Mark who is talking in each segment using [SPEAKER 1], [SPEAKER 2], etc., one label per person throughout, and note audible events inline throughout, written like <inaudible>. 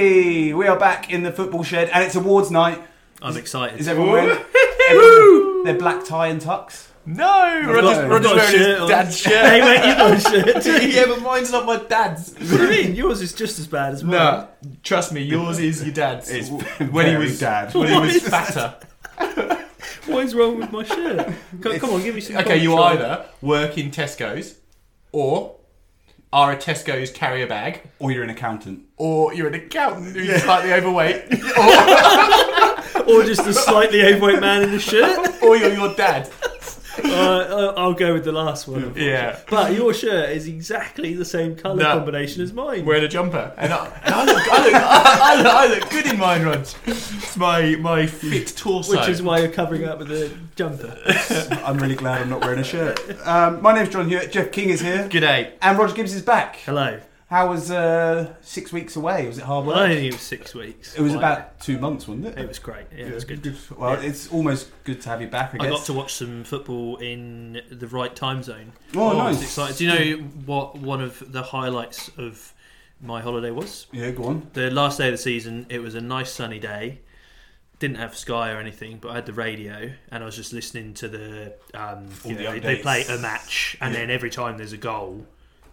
[SPEAKER 1] we are back in the football shed, and it's awards night.
[SPEAKER 2] I'm excited.
[SPEAKER 1] Is everyone wearing everyone, their black tie and tux?
[SPEAKER 3] No, Roger's,
[SPEAKER 2] I've
[SPEAKER 3] Roger's
[SPEAKER 2] got a
[SPEAKER 3] wearing
[SPEAKER 2] shirt on.
[SPEAKER 3] his dad's
[SPEAKER 2] hey
[SPEAKER 3] shirt.
[SPEAKER 2] mate, you've got
[SPEAKER 3] <laughs>
[SPEAKER 2] a shirt.
[SPEAKER 3] yeah, but mine's not my dad's.
[SPEAKER 2] what do you mean? Yours is just as bad as mine.
[SPEAKER 3] No, trust me, yours is your dad's.
[SPEAKER 1] It's
[SPEAKER 3] when he
[SPEAKER 1] very
[SPEAKER 3] was
[SPEAKER 1] dad.
[SPEAKER 3] when he
[SPEAKER 2] What
[SPEAKER 3] was
[SPEAKER 2] is
[SPEAKER 3] fatter.
[SPEAKER 2] What is wrong with my shirt? Come, come on, give me some.
[SPEAKER 3] Okay, you
[SPEAKER 2] context.
[SPEAKER 3] either work in Tesco's, or are a Tesco's carrier bag,
[SPEAKER 1] Or you're an accountant.
[SPEAKER 3] or you're an accountant who's
[SPEAKER 2] <laughs>
[SPEAKER 3] slightly overweight, or,
[SPEAKER 2] or just a
[SPEAKER 3] <laughs>
[SPEAKER 2] slightly overweight man in a shirt.
[SPEAKER 3] or you're your dad.
[SPEAKER 2] Uh, uh, I'll go with the last one.
[SPEAKER 3] Yeah,
[SPEAKER 2] But your shirt is exactly the same colour
[SPEAKER 3] No.
[SPEAKER 2] combination as mine.
[SPEAKER 3] wearing a jumper, and I, and I look, I look, I look, I look good in mine, Rog. It's my my fit torso.
[SPEAKER 2] Which is why you're covering up with a jumper.
[SPEAKER 1] I'm really glad I'm not wearing a shirt. Um, my name's John Hewitt. Jeff King is here,
[SPEAKER 3] G'day.
[SPEAKER 1] and Roger Gibbs is back.
[SPEAKER 2] Hello.
[SPEAKER 1] How was uh, six weeks away? Was it hard work?
[SPEAKER 2] Well, I only was six weeks.
[SPEAKER 1] It was
[SPEAKER 2] Why?
[SPEAKER 1] about two months, wasn't it?
[SPEAKER 2] It was great. Yeah, it was good.
[SPEAKER 1] Well,
[SPEAKER 2] Yeah.
[SPEAKER 1] it's almost good to have you back. I
[SPEAKER 2] I
[SPEAKER 1] guess.
[SPEAKER 2] got to watch some football in the right time zone.
[SPEAKER 1] Oh,
[SPEAKER 2] I was
[SPEAKER 1] nice.
[SPEAKER 2] excited. Do you know what one of the highlights of my holiday was?
[SPEAKER 1] Yeah, go on.
[SPEAKER 2] The last day of the season, it was a nice sunny day. Didn't have Sky or anything, but I had the radio and I was just listening to the. Um,
[SPEAKER 1] All
[SPEAKER 2] you
[SPEAKER 1] the
[SPEAKER 2] know, they- they
[SPEAKER 1] updates.
[SPEAKER 2] play a match, and then every time there's a goal,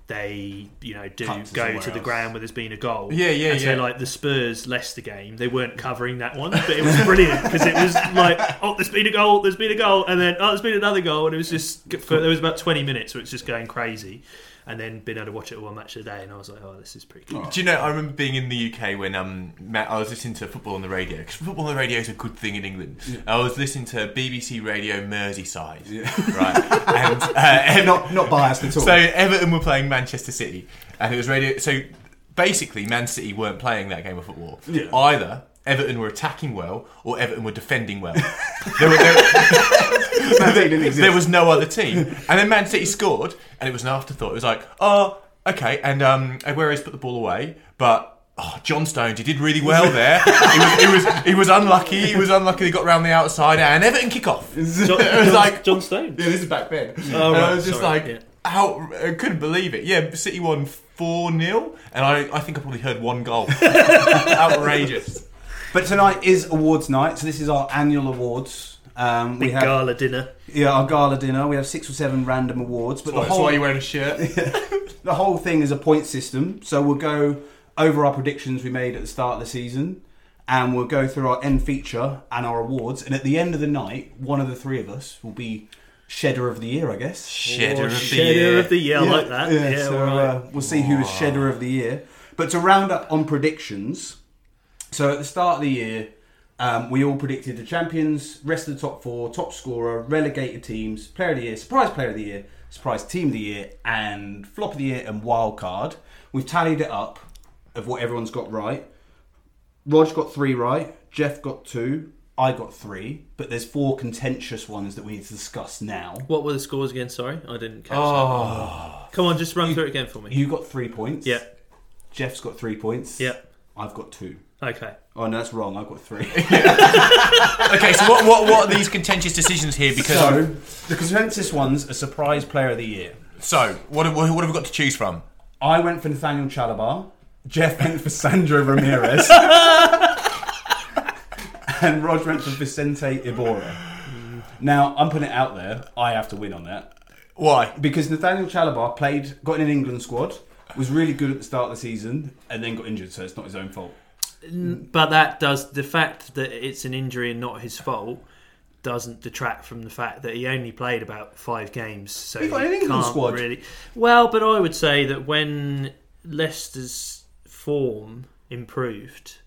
[SPEAKER 2] they you know do
[SPEAKER 1] Cut to
[SPEAKER 2] go
[SPEAKER 1] somewhere
[SPEAKER 2] to the
[SPEAKER 1] else.
[SPEAKER 2] ground where there's been a goal.
[SPEAKER 3] Yeah, yeah,
[SPEAKER 2] and
[SPEAKER 3] yeah.
[SPEAKER 2] So like the Spurs Leicester game, they weren't covering that one, but it was brilliant because it was like oh there's been a goal, there's been a goal, and then oh there's been another goal, and it was just for, there was about 20 minutes where it's just going crazy, and then being able to watch it one match a day, and I was like oh this is pretty cool.
[SPEAKER 3] Do you know? I remember being in the UK when um, Matt, I was listening to football on the radio because football on the radio is a good thing in England. I was listening to BBC Radio Merseyside, <laughs> right? and uh, Ev-
[SPEAKER 1] Not not biased at all.
[SPEAKER 3] so Everton were playing Manchester City, and it was radio. So basically, Man City weren't playing that game of football
[SPEAKER 1] Yeah.
[SPEAKER 3] either. Everton were attacking well, or Everton were defending well. there, were, there,
[SPEAKER 1] That didn't exist.
[SPEAKER 3] there was no other team, and then Man City scored, and it was an afterthought. It was like, oh, okay, and um, Aguero's put the ball away, but. Oh, John Stones, he did really well there. he, was, he was he was unlucky. He was unlucky. He got round the outside, and Everton kick
[SPEAKER 2] <laughs>
[SPEAKER 3] off.
[SPEAKER 2] John,
[SPEAKER 3] It was
[SPEAKER 2] John-
[SPEAKER 3] like-
[SPEAKER 2] John Stone.
[SPEAKER 3] Yeah, this is back then.
[SPEAKER 2] Oh,
[SPEAKER 3] and I
[SPEAKER 2] right,
[SPEAKER 3] was just
[SPEAKER 2] sorry,
[SPEAKER 3] like,
[SPEAKER 2] yeah.
[SPEAKER 3] how I couldn't believe it. Yeah, City won 4 0, and I, I think I probably heard one <laughs> goal. Outrageous.
[SPEAKER 1] But tonight is awards night, so this is our annual awards. Um, we
[SPEAKER 2] Big
[SPEAKER 1] have
[SPEAKER 2] gala dinner.
[SPEAKER 1] yeah our gala dinner. We have six or seven random awards, but the
[SPEAKER 3] That's
[SPEAKER 1] whole
[SPEAKER 3] why you're wearing a shirt.
[SPEAKER 1] the whole thing is a point system. So we'll go over our predictions we made at the start of the season, and we'll go through our end feature and our awards. And at the end of the night, one of the three of us will be shedder of the year, I guess.
[SPEAKER 3] Shedder
[SPEAKER 2] Or
[SPEAKER 3] of the
[SPEAKER 2] Shedder
[SPEAKER 3] year.
[SPEAKER 2] of the year, I like that. Yeah,
[SPEAKER 1] so
[SPEAKER 2] all right.
[SPEAKER 1] uh, we'll see who is shedder of the year. But to round up on predictions, so at the start of the year, um, we all predicted the champions, rest of the top four, top scorer, relegated teams, player of the year, surprise player of the year, surprise team of the year, and flop of the year and wild card. We've tallied it up of what everyone's got right. Rog got three right, Jeff got two, I got three, but there's four contentious ones that we need to discuss now.
[SPEAKER 2] What were the scores again? Sorry, I didn't catch. Oh. Come on, just run through it again for me.
[SPEAKER 1] You got three points.
[SPEAKER 2] Yeah,
[SPEAKER 1] Jeff's got three points.
[SPEAKER 2] yeah.
[SPEAKER 1] I've got two.
[SPEAKER 2] Okay.
[SPEAKER 1] Oh no, that's wrong. I've got three.
[SPEAKER 2] <laughs>
[SPEAKER 3] okay, so what, what, what are these contentious decisions here? Because so,
[SPEAKER 1] so the consensus one's a surprise player of the year.
[SPEAKER 3] what, have- what have we got to choose from?
[SPEAKER 1] I went for Nathaniel Chalabar. Jeff went for Sandro Ramirez. <laughs> and Rog went for Vicente Ibora. Now I'm putting it out there. I have to win on that
[SPEAKER 3] Why?
[SPEAKER 1] because Nathaniel Chalabar played, got in an England squad, was really good at the start of the season, and then got injured. So it's not his own fault.
[SPEAKER 2] But that does the fact that it's an injury and not his fault doesn't detract from the fact that he only played about five games. So
[SPEAKER 1] He got an
[SPEAKER 2] he
[SPEAKER 1] England
[SPEAKER 2] can't
[SPEAKER 1] squad.
[SPEAKER 2] really. Well, but I would say that when Leicester's form improved,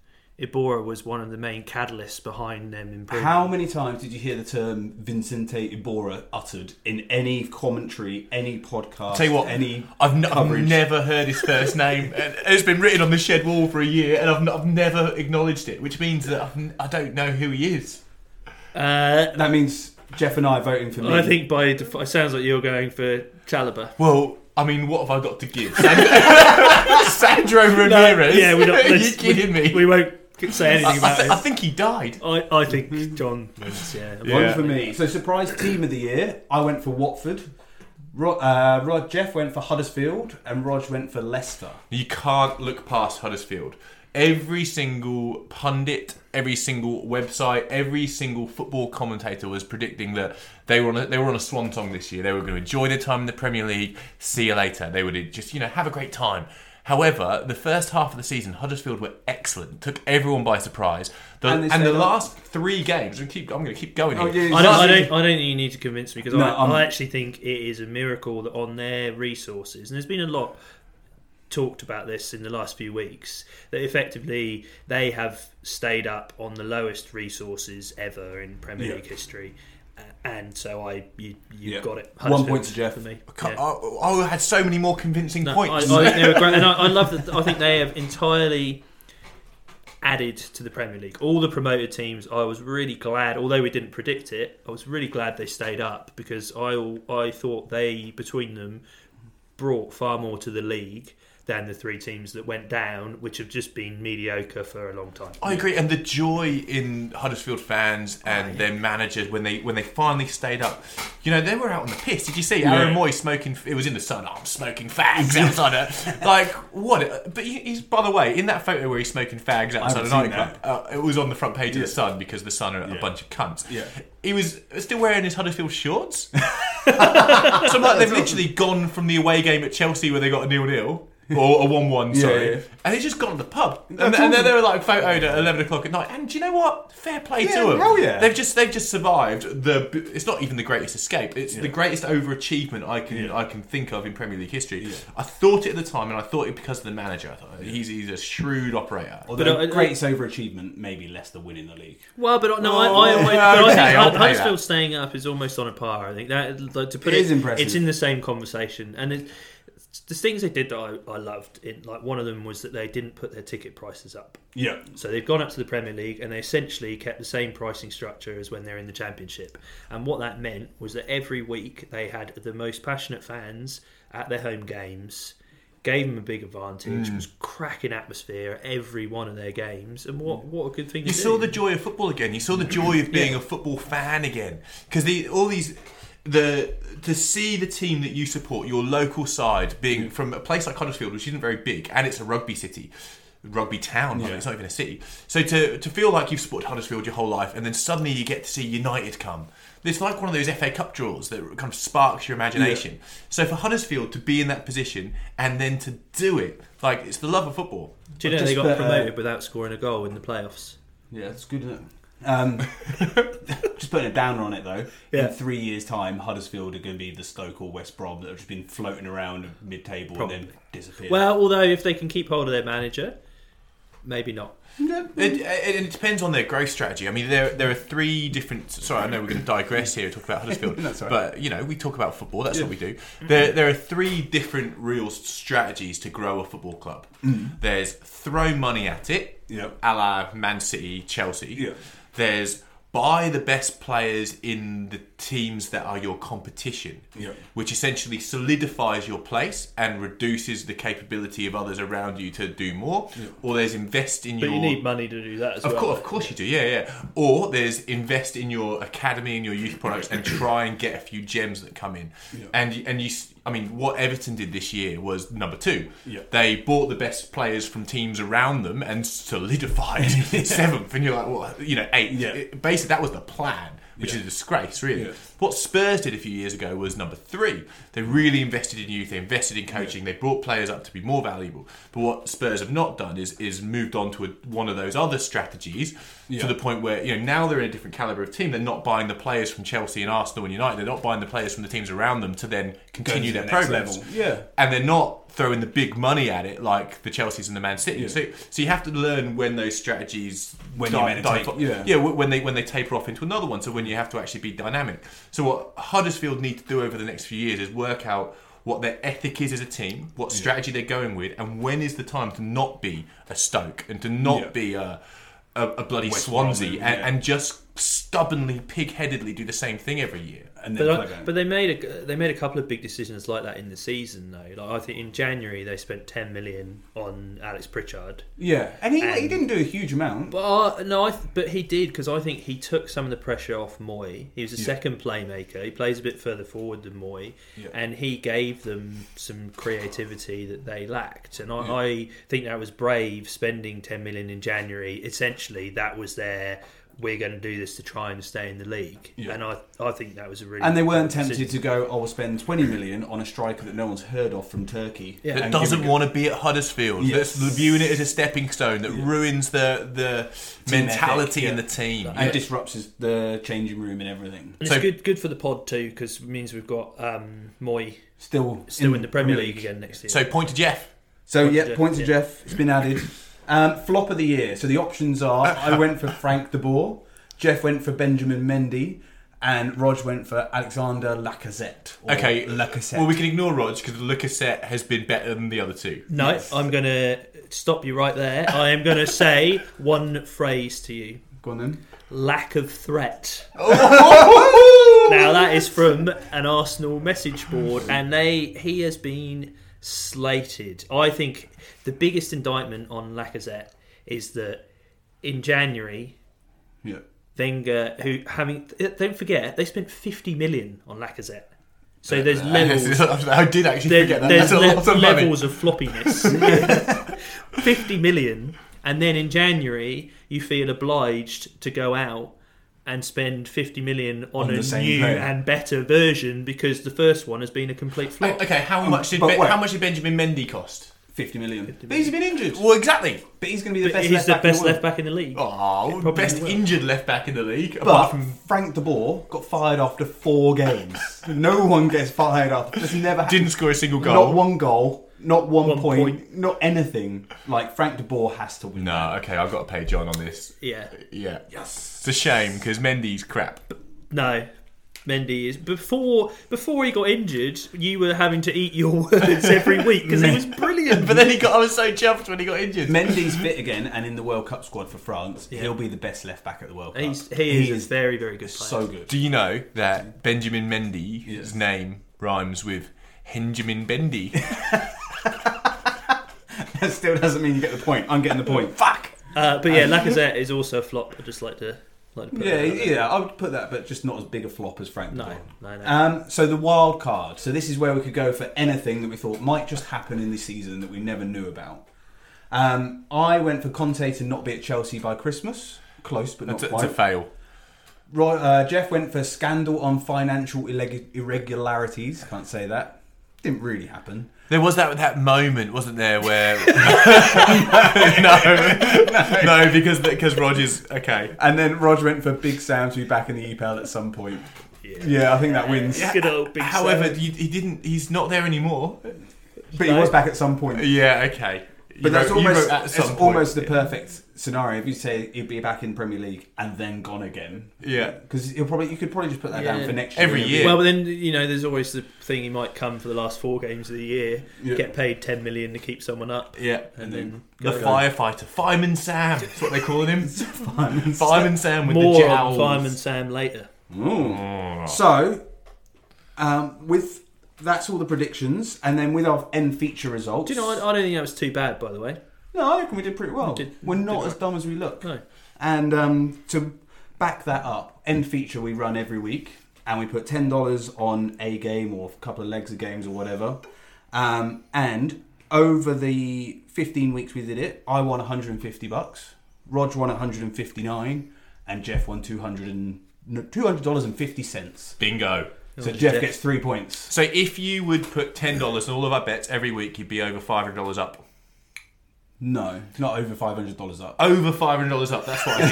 [SPEAKER 2] Ibora was one of the main catalysts behind them improving.
[SPEAKER 1] How many times did you hear the term Vincente Ibora uttered in any commentary, any podcast,
[SPEAKER 3] Tell you what,
[SPEAKER 1] any
[SPEAKER 3] I've, n- I've
[SPEAKER 1] coverage?
[SPEAKER 3] never heard his first <laughs> name. and it's been written on the shed wall for a year, and I've, n- I've never acknowledged it, which means that I've, n- I don't know who he is.
[SPEAKER 2] Uh,
[SPEAKER 1] that means Jeff and I are voting for me.
[SPEAKER 2] I think by default, it sounds like you're going for Chalobah.
[SPEAKER 3] Well, I mean, what have I got to <laughs> give? Sandro <laughs> Ramirez.
[SPEAKER 2] yeah,
[SPEAKER 1] <laughs>
[SPEAKER 2] we're not.
[SPEAKER 3] Are <laughs> you
[SPEAKER 2] let's-
[SPEAKER 3] kidding
[SPEAKER 2] we,
[SPEAKER 3] me?
[SPEAKER 2] We won't say anything
[SPEAKER 3] I,
[SPEAKER 2] about
[SPEAKER 3] th-
[SPEAKER 2] it.
[SPEAKER 3] I think he died.
[SPEAKER 2] I, I think John wins, yeah.
[SPEAKER 1] one
[SPEAKER 3] Yeah.
[SPEAKER 1] for me. So surprise team of the year. I went for Watford. Rod, uh, Rod Jeff went for Huddersfield, and Rog went for Leicester.
[SPEAKER 3] You can't look past Huddersfield. every single pundit, every single website, every single football commentator was predicting that they were on a, they were on a swan song this year. They were going to enjoy their time in the Premier League. See you later. They would just you know have a great time. However, the first half of the season, Huddersfield were excellent. Took everyone by surprise. The,
[SPEAKER 1] And
[SPEAKER 3] and
[SPEAKER 1] they stayed
[SPEAKER 3] the
[SPEAKER 1] up.
[SPEAKER 3] last three games, we keep, I'm going to keep going.
[SPEAKER 1] Oh,
[SPEAKER 3] here.
[SPEAKER 1] yeah,
[SPEAKER 2] I don't, I
[SPEAKER 1] exactly.
[SPEAKER 2] don't, I don't think you need to convince me because
[SPEAKER 1] No,
[SPEAKER 2] I,
[SPEAKER 1] I'm-
[SPEAKER 2] I actually think it is a miracle that on their resources, and there's been a lot talked about this in the last few weeks, that effectively they have stayed up on the lowest resources ever in Premier
[SPEAKER 1] Yeah.
[SPEAKER 2] League history. Uh, And so I, you, you
[SPEAKER 1] Yeah.
[SPEAKER 2] got it.
[SPEAKER 1] One
[SPEAKER 2] Huddersfield
[SPEAKER 1] point to Jeff.
[SPEAKER 2] for me.
[SPEAKER 3] Co-
[SPEAKER 2] Yeah.
[SPEAKER 3] Oh, oh, I had so many more convincing
[SPEAKER 2] No, I, I
[SPEAKER 3] points.
[SPEAKER 2] think they were great, and I, I love that. I think they have entirely added to the Premier League. All the promoted teams, I was really glad. Although we didn't predict it, I was really glad they stayed up because I al- I thought they between them brought far more to the league than the three teams that went down, which have just been mediocre for a long time.
[SPEAKER 3] I agree, and the joy in Huddersfield fans and their managers when they when they finally stayed up. You know, they were out on the piss. Did you see Aaron Moy smoking? It was in the sun. Oh, I'm smoking fags outside it. Like what? But he, he's by the way in that photo where he's smoking fags outside a
[SPEAKER 1] haven't seen
[SPEAKER 3] nightclub. Uh, it was on the front page of the Sun because the Sun are a bunch of cunts.
[SPEAKER 1] Yeah.
[SPEAKER 3] he was still wearing his
[SPEAKER 1] <laughs>
[SPEAKER 3] Huddersfield shorts. so like they've literally gone from the away game at Chelsea where they got a nil nil. or a 1 1, sorry.
[SPEAKER 1] yeah.
[SPEAKER 3] And he's just gone to the pub. And, and then they were like photoed at eleven o'clock at night. And do you know what? Fair play
[SPEAKER 1] Yeah,
[SPEAKER 3] to them.
[SPEAKER 1] hell yeah.
[SPEAKER 3] They've just they've just survived the. It's not even the greatest escape. It's the greatest overachievement I can I can think of in Premier League history. I thought it at the time, and I thought it because of the manager. I thought he's he's a shrewd operator.
[SPEAKER 1] Although
[SPEAKER 2] But I- I-
[SPEAKER 1] greatest overachievement, maybe Leicester winning the league.
[SPEAKER 2] Well, but no, I, I always.
[SPEAKER 3] Oh, okay,
[SPEAKER 2] but I think
[SPEAKER 3] I'll
[SPEAKER 2] Hud-
[SPEAKER 3] pay
[SPEAKER 2] Huddersfield
[SPEAKER 3] that.
[SPEAKER 2] staying up is almost on a par. I think that like, to put
[SPEAKER 1] It
[SPEAKER 2] it,
[SPEAKER 1] is impressive.
[SPEAKER 2] It's in the same conversation, and it, there's things they did that I, I loved. In like one of them was that they didn't put their ticket prices up.
[SPEAKER 1] Yeah.
[SPEAKER 2] So they've gone up to the Premier League and they essentially kept the same pricing structure as when they're in the Championship. And what that meant was that every week they had the most passionate fans at their home games, gave them a big
[SPEAKER 3] Mm.
[SPEAKER 2] advantage, was cracking atmosphere at every one of their games. And what, what a good thing
[SPEAKER 3] Mm. You
[SPEAKER 2] to
[SPEAKER 3] saw
[SPEAKER 2] do.
[SPEAKER 3] the joy of football again. You saw the joy of being a football fan again. Because the, all these, the to see the team that you support, your local side, being from a place like Huddersfield, which isn't very big, and it's a rugby city, rugby town. but
[SPEAKER 1] Yeah.
[SPEAKER 3] It's not even a city. So to to feel like you've supported Huddersfield your whole life, and then suddenly you get to see United come. It's like one of those FA Cup draws that kind of sparks your imagination. So for Huddersfield to be in that position and then to do it, like it's the love of football.
[SPEAKER 2] Do you know
[SPEAKER 1] Just
[SPEAKER 2] they got
[SPEAKER 1] that, uh,
[SPEAKER 2] promoted without scoring a goal in the playoffs?
[SPEAKER 1] Yeah, that's good, isn't it?
[SPEAKER 2] <laughs>
[SPEAKER 1] Um, just putting a downer on it though.
[SPEAKER 2] Yeah.
[SPEAKER 1] In three years' time, Huddersfield are going to be the Stoke or West Brom that have just been floating around mid-table and then disappear.
[SPEAKER 2] Well, although if they can keep hold of their manager, maybe not.
[SPEAKER 3] It, it, it depends on their growth strategy. I mean, there there are three different. Sorry, I know we're going to digress here and talk about Huddersfield,
[SPEAKER 1] <laughs> That's all right.
[SPEAKER 3] but you know we talk about football. That's what we do. There there are three different real strategies to grow a football club. There's throw money at it,
[SPEAKER 1] Mm. Yep.
[SPEAKER 3] a la Man City, Chelsea.
[SPEAKER 1] Yeah.
[SPEAKER 3] There's buy the best players in the teams that are your competition,
[SPEAKER 1] Yep.
[SPEAKER 3] which essentially solidifies your place and reduces the capability of others around you to do more. Or there's invest in
[SPEAKER 2] But
[SPEAKER 3] your
[SPEAKER 2] you need money to do that as
[SPEAKER 3] of
[SPEAKER 2] well.
[SPEAKER 3] course, of course you do. Yeah, yeah. Or there's invest in your academy and your youth products and try and get a few gems that come in. And you- and you, s- I mean, what Everton did this year was number two.
[SPEAKER 1] Yeah.
[SPEAKER 3] They bought the best players from teams around them
[SPEAKER 1] <laughs>
[SPEAKER 3] and solidified seventh. And you're like, well, you know, eighth.
[SPEAKER 1] Yeah.
[SPEAKER 3] It- basically, that was the plan. Which
[SPEAKER 1] Yeah.
[SPEAKER 3] is a disgrace, really.
[SPEAKER 1] Yeah.
[SPEAKER 3] What Spurs did a few years ago was number three. They really invested in youth. They invested in coaching. They brought players up to be more valuable. But what Spurs have not done is is moved on to a, one of those other strategies
[SPEAKER 1] Yeah.
[SPEAKER 3] to the point where you know now they're in a different caliber of team. They're not buying the players from Chelsea and Arsenal and United. They're not buying the players from the teams around them to then continue
[SPEAKER 1] to
[SPEAKER 3] their
[SPEAKER 1] the next
[SPEAKER 3] progress.
[SPEAKER 1] level. Yeah.
[SPEAKER 3] and they're not throwing the big money at it like the Chelseas and the Man City. So, so you have to learn when those strategies
[SPEAKER 1] When
[SPEAKER 3] di-
[SPEAKER 1] you meditate,
[SPEAKER 3] di-
[SPEAKER 1] yeah.
[SPEAKER 3] yeah, wh- when they when they taper off into another one. So when you have to actually be dynamic. So what Huddersfield need to do over the next few years is work out what their ethic is as a team, what strategy they're going with, and when is the time to not be a Stoke and to not
[SPEAKER 1] Yeah.
[SPEAKER 3] be a a, a bloody
[SPEAKER 1] West
[SPEAKER 3] Swansea
[SPEAKER 1] Brom,
[SPEAKER 3] and,
[SPEAKER 1] yeah.
[SPEAKER 3] and just stubbornly, pig-headedly do the same thing every year.
[SPEAKER 1] and then
[SPEAKER 2] But,
[SPEAKER 1] plug
[SPEAKER 2] I,
[SPEAKER 1] in.
[SPEAKER 2] but they made a they made a couple of big decisions like that in the season though. Like I think in January they spent ten million on Alex Pritchard.
[SPEAKER 1] yeah, and he, he
[SPEAKER 2] and-
[SPEAKER 1] didn't do a huge amount.
[SPEAKER 2] But uh, no, I th- but he did because I think he took some of the pressure off Moy. He was a second playmaker. He plays a bit further forward than Moy,
[SPEAKER 3] Yeah.
[SPEAKER 2] and he gave them some creativity that they lacked. And I, I think that was brave spending ten million in January. Essentially, that was their we're going to do this to try and stay in the league.
[SPEAKER 3] Yeah.
[SPEAKER 2] And I I think that was a really
[SPEAKER 1] and they weren't
[SPEAKER 2] good
[SPEAKER 1] tempted
[SPEAKER 2] decision.
[SPEAKER 1] to go, oh, we'll spend 20 million on a striker that no one's heard of from Turkey.
[SPEAKER 2] Yeah.
[SPEAKER 1] and
[SPEAKER 3] That
[SPEAKER 1] give
[SPEAKER 3] doesn't
[SPEAKER 1] it a-
[SPEAKER 3] want to be at Huddersfield.
[SPEAKER 1] Yes.
[SPEAKER 3] That's viewing it as a stepping stone that ruins the the
[SPEAKER 1] Team
[SPEAKER 3] mentality
[SPEAKER 1] ethic,
[SPEAKER 3] in
[SPEAKER 1] yeah.
[SPEAKER 3] the team.
[SPEAKER 1] And disrupts his- the changing room and everything.
[SPEAKER 2] And
[SPEAKER 3] So-
[SPEAKER 2] it's good good for the pod too because it means we've got um, Moy
[SPEAKER 1] Still,
[SPEAKER 2] still in the Premier League again next year.
[SPEAKER 3] So point to Jeff.
[SPEAKER 1] So
[SPEAKER 2] Point to
[SPEAKER 1] yeah,
[SPEAKER 2] Jeff,
[SPEAKER 1] points to
[SPEAKER 2] yeah.
[SPEAKER 1] Jeff. It's been added. Um, flop of the year. So the options are: I went for Frank de Boer, Jeff went for Benjamin Mendy, and Rog went for Alexander Lacazette. or
[SPEAKER 3] Okay,
[SPEAKER 1] Lacazette.
[SPEAKER 3] Well, we can ignore Rog because Lacazette has been better than the other two.
[SPEAKER 2] No, I'm going to stop you right there. I am going to say one phrase to you
[SPEAKER 1] Go on then.
[SPEAKER 2] lack of threat. Now, that is from an Arsenal message board, and they he has been slated. I think the biggest indictment on Lacazette is that in January,
[SPEAKER 1] Yeah.
[SPEAKER 2] Wenger, who having don't forget, they spent 50 million on Lacazette. So there's levels
[SPEAKER 3] <laughs> I did actually
[SPEAKER 2] there-
[SPEAKER 3] forget that.
[SPEAKER 2] there's
[SPEAKER 3] That's a
[SPEAKER 2] le-
[SPEAKER 3] lot of money.
[SPEAKER 2] levels of floppiness. Fifty million, and then in January you feel obliged to go out and spend fifty million on,
[SPEAKER 1] On the
[SPEAKER 2] a
[SPEAKER 1] same
[SPEAKER 2] new
[SPEAKER 1] player.
[SPEAKER 2] and better version because the first one has been a complete flop.
[SPEAKER 3] Okay, how much did
[SPEAKER 1] but
[SPEAKER 3] Ben-
[SPEAKER 1] wait.
[SPEAKER 3] how much did Benjamin Mendy cost?
[SPEAKER 1] 50 million. But he's been injured.
[SPEAKER 3] Well, exactly.
[SPEAKER 1] But he's going to be the
[SPEAKER 2] But
[SPEAKER 1] best left
[SPEAKER 2] he's the
[SPEAKER 1] back in
[SPEAKER 2] best
[SPEAKER 1] world.
[SPEAKER 2] left back in the league.
[SPEAKER 3] Oh,
[SPEAKER 2] probably
[SPEAKER 3] best
[SPEAKER 2] will.
[SPEAKER 3] injured left back in the league.
[SPEAKER 1] But
[SPEAKER 3] apart from
[SPEAKER 1] Frank de Boer got fired after four games. no one gets fired after. Just never happened.
[SPEAKER 3] didn't score a single
[SPEAKER 1] Not
[SPEAKER 3] goal.
[SPEAKER 1] one goal, not one,
[SPEAKER 2] One
[SPEAKER 1] point,
[SPEAKER 2] point.
[SPEAKER 1] not anything. Like Frank de Boer has to win.
[SPEAKER 3] No, okay, I've got to pay John on this.
[SPEAKER 2] Yeah,
[SPEAKER 3] Yeah,
[SPEAKER 1] Yes.
[SPEAKER 3] it's a shame because Mendy's crap.
[SPEAKER 2] no. Mendy is before before he got injured. You were having to eat your <laughs> words every week because he was brilliant.
[SPEAKER 3] But then he got. I was so chuffed when he got injured.
[SPEAKER 1] Mendy's fit again and in the World Cup squad for France. He'll be the best left back at the World Cup.
[SPEAKER 2] He's, he is, a very very good player.
[SPEAKER 1] so good. <laughs>
[SPEAKER 3] Do you know that Benjamin Mendy's name rhymes with Henjamin Bendy?
[SPEAKER 1] That still doesn't mean you get the point. I'm getting the point. Fuck.
[SPEAKER 2] Uh, but yeah, Lacazette is also a flop. I just like to like to put
[SPEAKER 1] Yeah,
[SPEAKER 2] that out there.
[SPEAKER 1] yeah. I would put that, but just not as big a flop as Frank. de
[SPEAKER 2] No,
[SPEAKER 1] Boer.
[SPEAKER 2] no, no.
[SPEAKER 1] Um, so the wild card. So this is where we could go for anything that we thought might just happen in the season that we never knew about. Um, I went for Conte to not be at Chelsea by Christmas. Close, but not
[SPEAKER 3] It's a, it's
[SPEAKER 1] quite.
[SPEAKER 3] a fail.
[SPEAKER 1] Roy, uh, Jeff went for scandal on financial illeg- irregularities. Can't say that. Didn't really happen.
[SPEAKER 3] There was that that moment, wasn't there, <laughs> where no, no, because because Rogers. Okay,
[SPEAKER 1] And then Roger went for Big Sam to be back in the EPL at some point. Yeah, I think that wins.
[SPEAKER 2] Good old Big
[SPEAKER 3] However,
[SPEAKER 2] Sam.
[SPEAKER 3] you, he didn't. He's not there anymore.
[SPEAKER 1] But he was back at some point.
[SPEAKER 3] Yeah. Okay. You
[SPEAKER 1] But that's
[SPEAKER 3] wrote- you
[SPEAKER 1] almost,
[SPEAKER 3] wrote at
[SPEAKER 1] it's
[SPEAKER 3] some point.
[SPEAKER 1] almost the perfect scenario. If you say he'd be back in Premier League and then gone again,
[SPEAKER 3] Yeah.
[SPEAKER 1] because you probably you could probably just put that down
[SPEAKER 2] Yeah.
[SPEAKER 1] for next year.
[SPEAKER 3] Every
[SPEAKER 1] It'll be-
[SPEAKER 3] year.
[SPEAKER 2] Well, but then you know, there's always the thing he might come for the last four games of the year,
[SPEAKER 1] Yeah.
[SPEAKER 2] get paid ten million to keep someone up,
[SPEAKER 3] Yeah.
[SPEAKER 2] and then
[SPEAKER 3] The
[SPEAKER 2] go.
[SPEAKER 3] firefighter, Fireman Sam. That's what they're calling <laughs> him.
[SPEAKER 1] Fireman Sam.
[SPEAKER 3] Fireman Sam with the
[SPEAKER 2] more on
[SPEAKER 3] jowls.
[SPEAKER 2] Fireman Sam later.
[SPEAKER 1] <laughs>
[SPEAKER 3] Oh.
[SPEAKER 1] Ooh. So, um, with that's all the predictions, and then with our end feature results.
[SPEAKER 2] Do you know? I, I don't think that was too bad, by the way.
[SPEAKER 1] No, I reckon we did pretty well.
[SPEAKER 2] did-
[SPEAKER 1] We're not
[SPEAKER 2] did
[SPEAKER 1] as dumb as we look.
[SPEAKER 2] No.
[SPEAKER 1] And um, to back that up, end feature we run every week, and we put ten dollars on a game or a couple of legs of games or whatever. Um, and over the fifteen weeks we did it, I won one hundred and fifty bucks. Rog won one hundred and fifty nine, and Jeff won two hundred and two hundred dollars and fifty cents.
[SPEAKER 3] Bingo.
[SPEAKER 1] So
[SPEAKER 2] did
[SPEAKER 1] Jeff
[SPEAKER 2] Jeff.
[SPEAKER 1] gets three points.
[SPEAKER 3] So if you would put ten dollars on all of our bets every week, you'd be over five hundred dollars up.
[SPEAKER 1] No, not over five hundred dollars up. <laughs>
[SPEAKER 3] Over five hundred dollars up. That's what I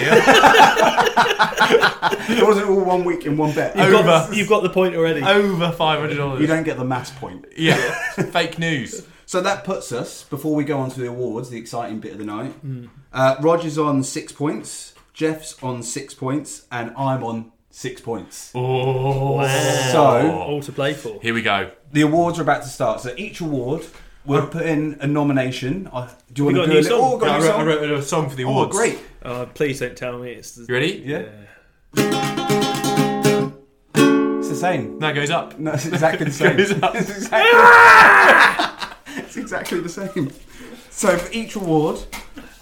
[SPEAKER 3] hear. <laughs>
[SPEAKER 1] It wasn't all one week in one bet.
[SPEAKER 2] You've got,
[SPEAKER 3] Over.
[SPEAKER 2] you've got the point already.
[SPEAKER 3] over five hundred
[SPEAKER 1] You
[SPEAKER 3] dollars.
[SPEAKER 1] don't get the mass point.
[SPEAKER 3] Yeah. Fake news.
[SPEAKER 1] So that puts us, before we go on to the awards, the exciting bit of the night. Uh, Roger's on six points, Jeff's on six points, and I'm on six points.
[SPEAKER 3] Oh.
[SPEAKER 1] So
[SPEAKER 2] All to play for.
[SPEAKER 3] Here we go.
[SPEAKER 1] the awards are about to start. So each award, we'll put in a nomination. Uh, do you want to do
[SPEAKER 2] We got a
[SPEAKER 1] a
[SPEAKER 2] new
[SPEAKER 1] little?
[SPEAKER 2] song.
[SPEAKER 1] Oh, we've got a
[SPEAKER 3] I
[SPEAKER 1] new
[SPEAKER 3] wrote,
[SPEAKER 1] song.
[SPEAKER 3] I wrote a song for the
[SPEAKER 1] Oh,
[SPEAKER 3] awards.
[SPEAKER 1] great.
[SPEAKER 2] Uh, please don't tell me it's the
[SPEAKER 3] You ready?
[SPEAKER 1] Yeah.
[SPEAKER 2] Yeah.
[SPEAKER 1] It's the same.
[SPEAKER 3] That goes up.
[SPEAKER 1] No, it's
[SPEAKER 3] <laughs>
[SPEAKER 1] exactly the same.
[SPEAKER 3] Goes
[SPEAKER 1] <laughs>
[SPEAKER 3] up.
[SPEAKER 1] it's, exactly, it's exactly <laughs> the same. So for each award,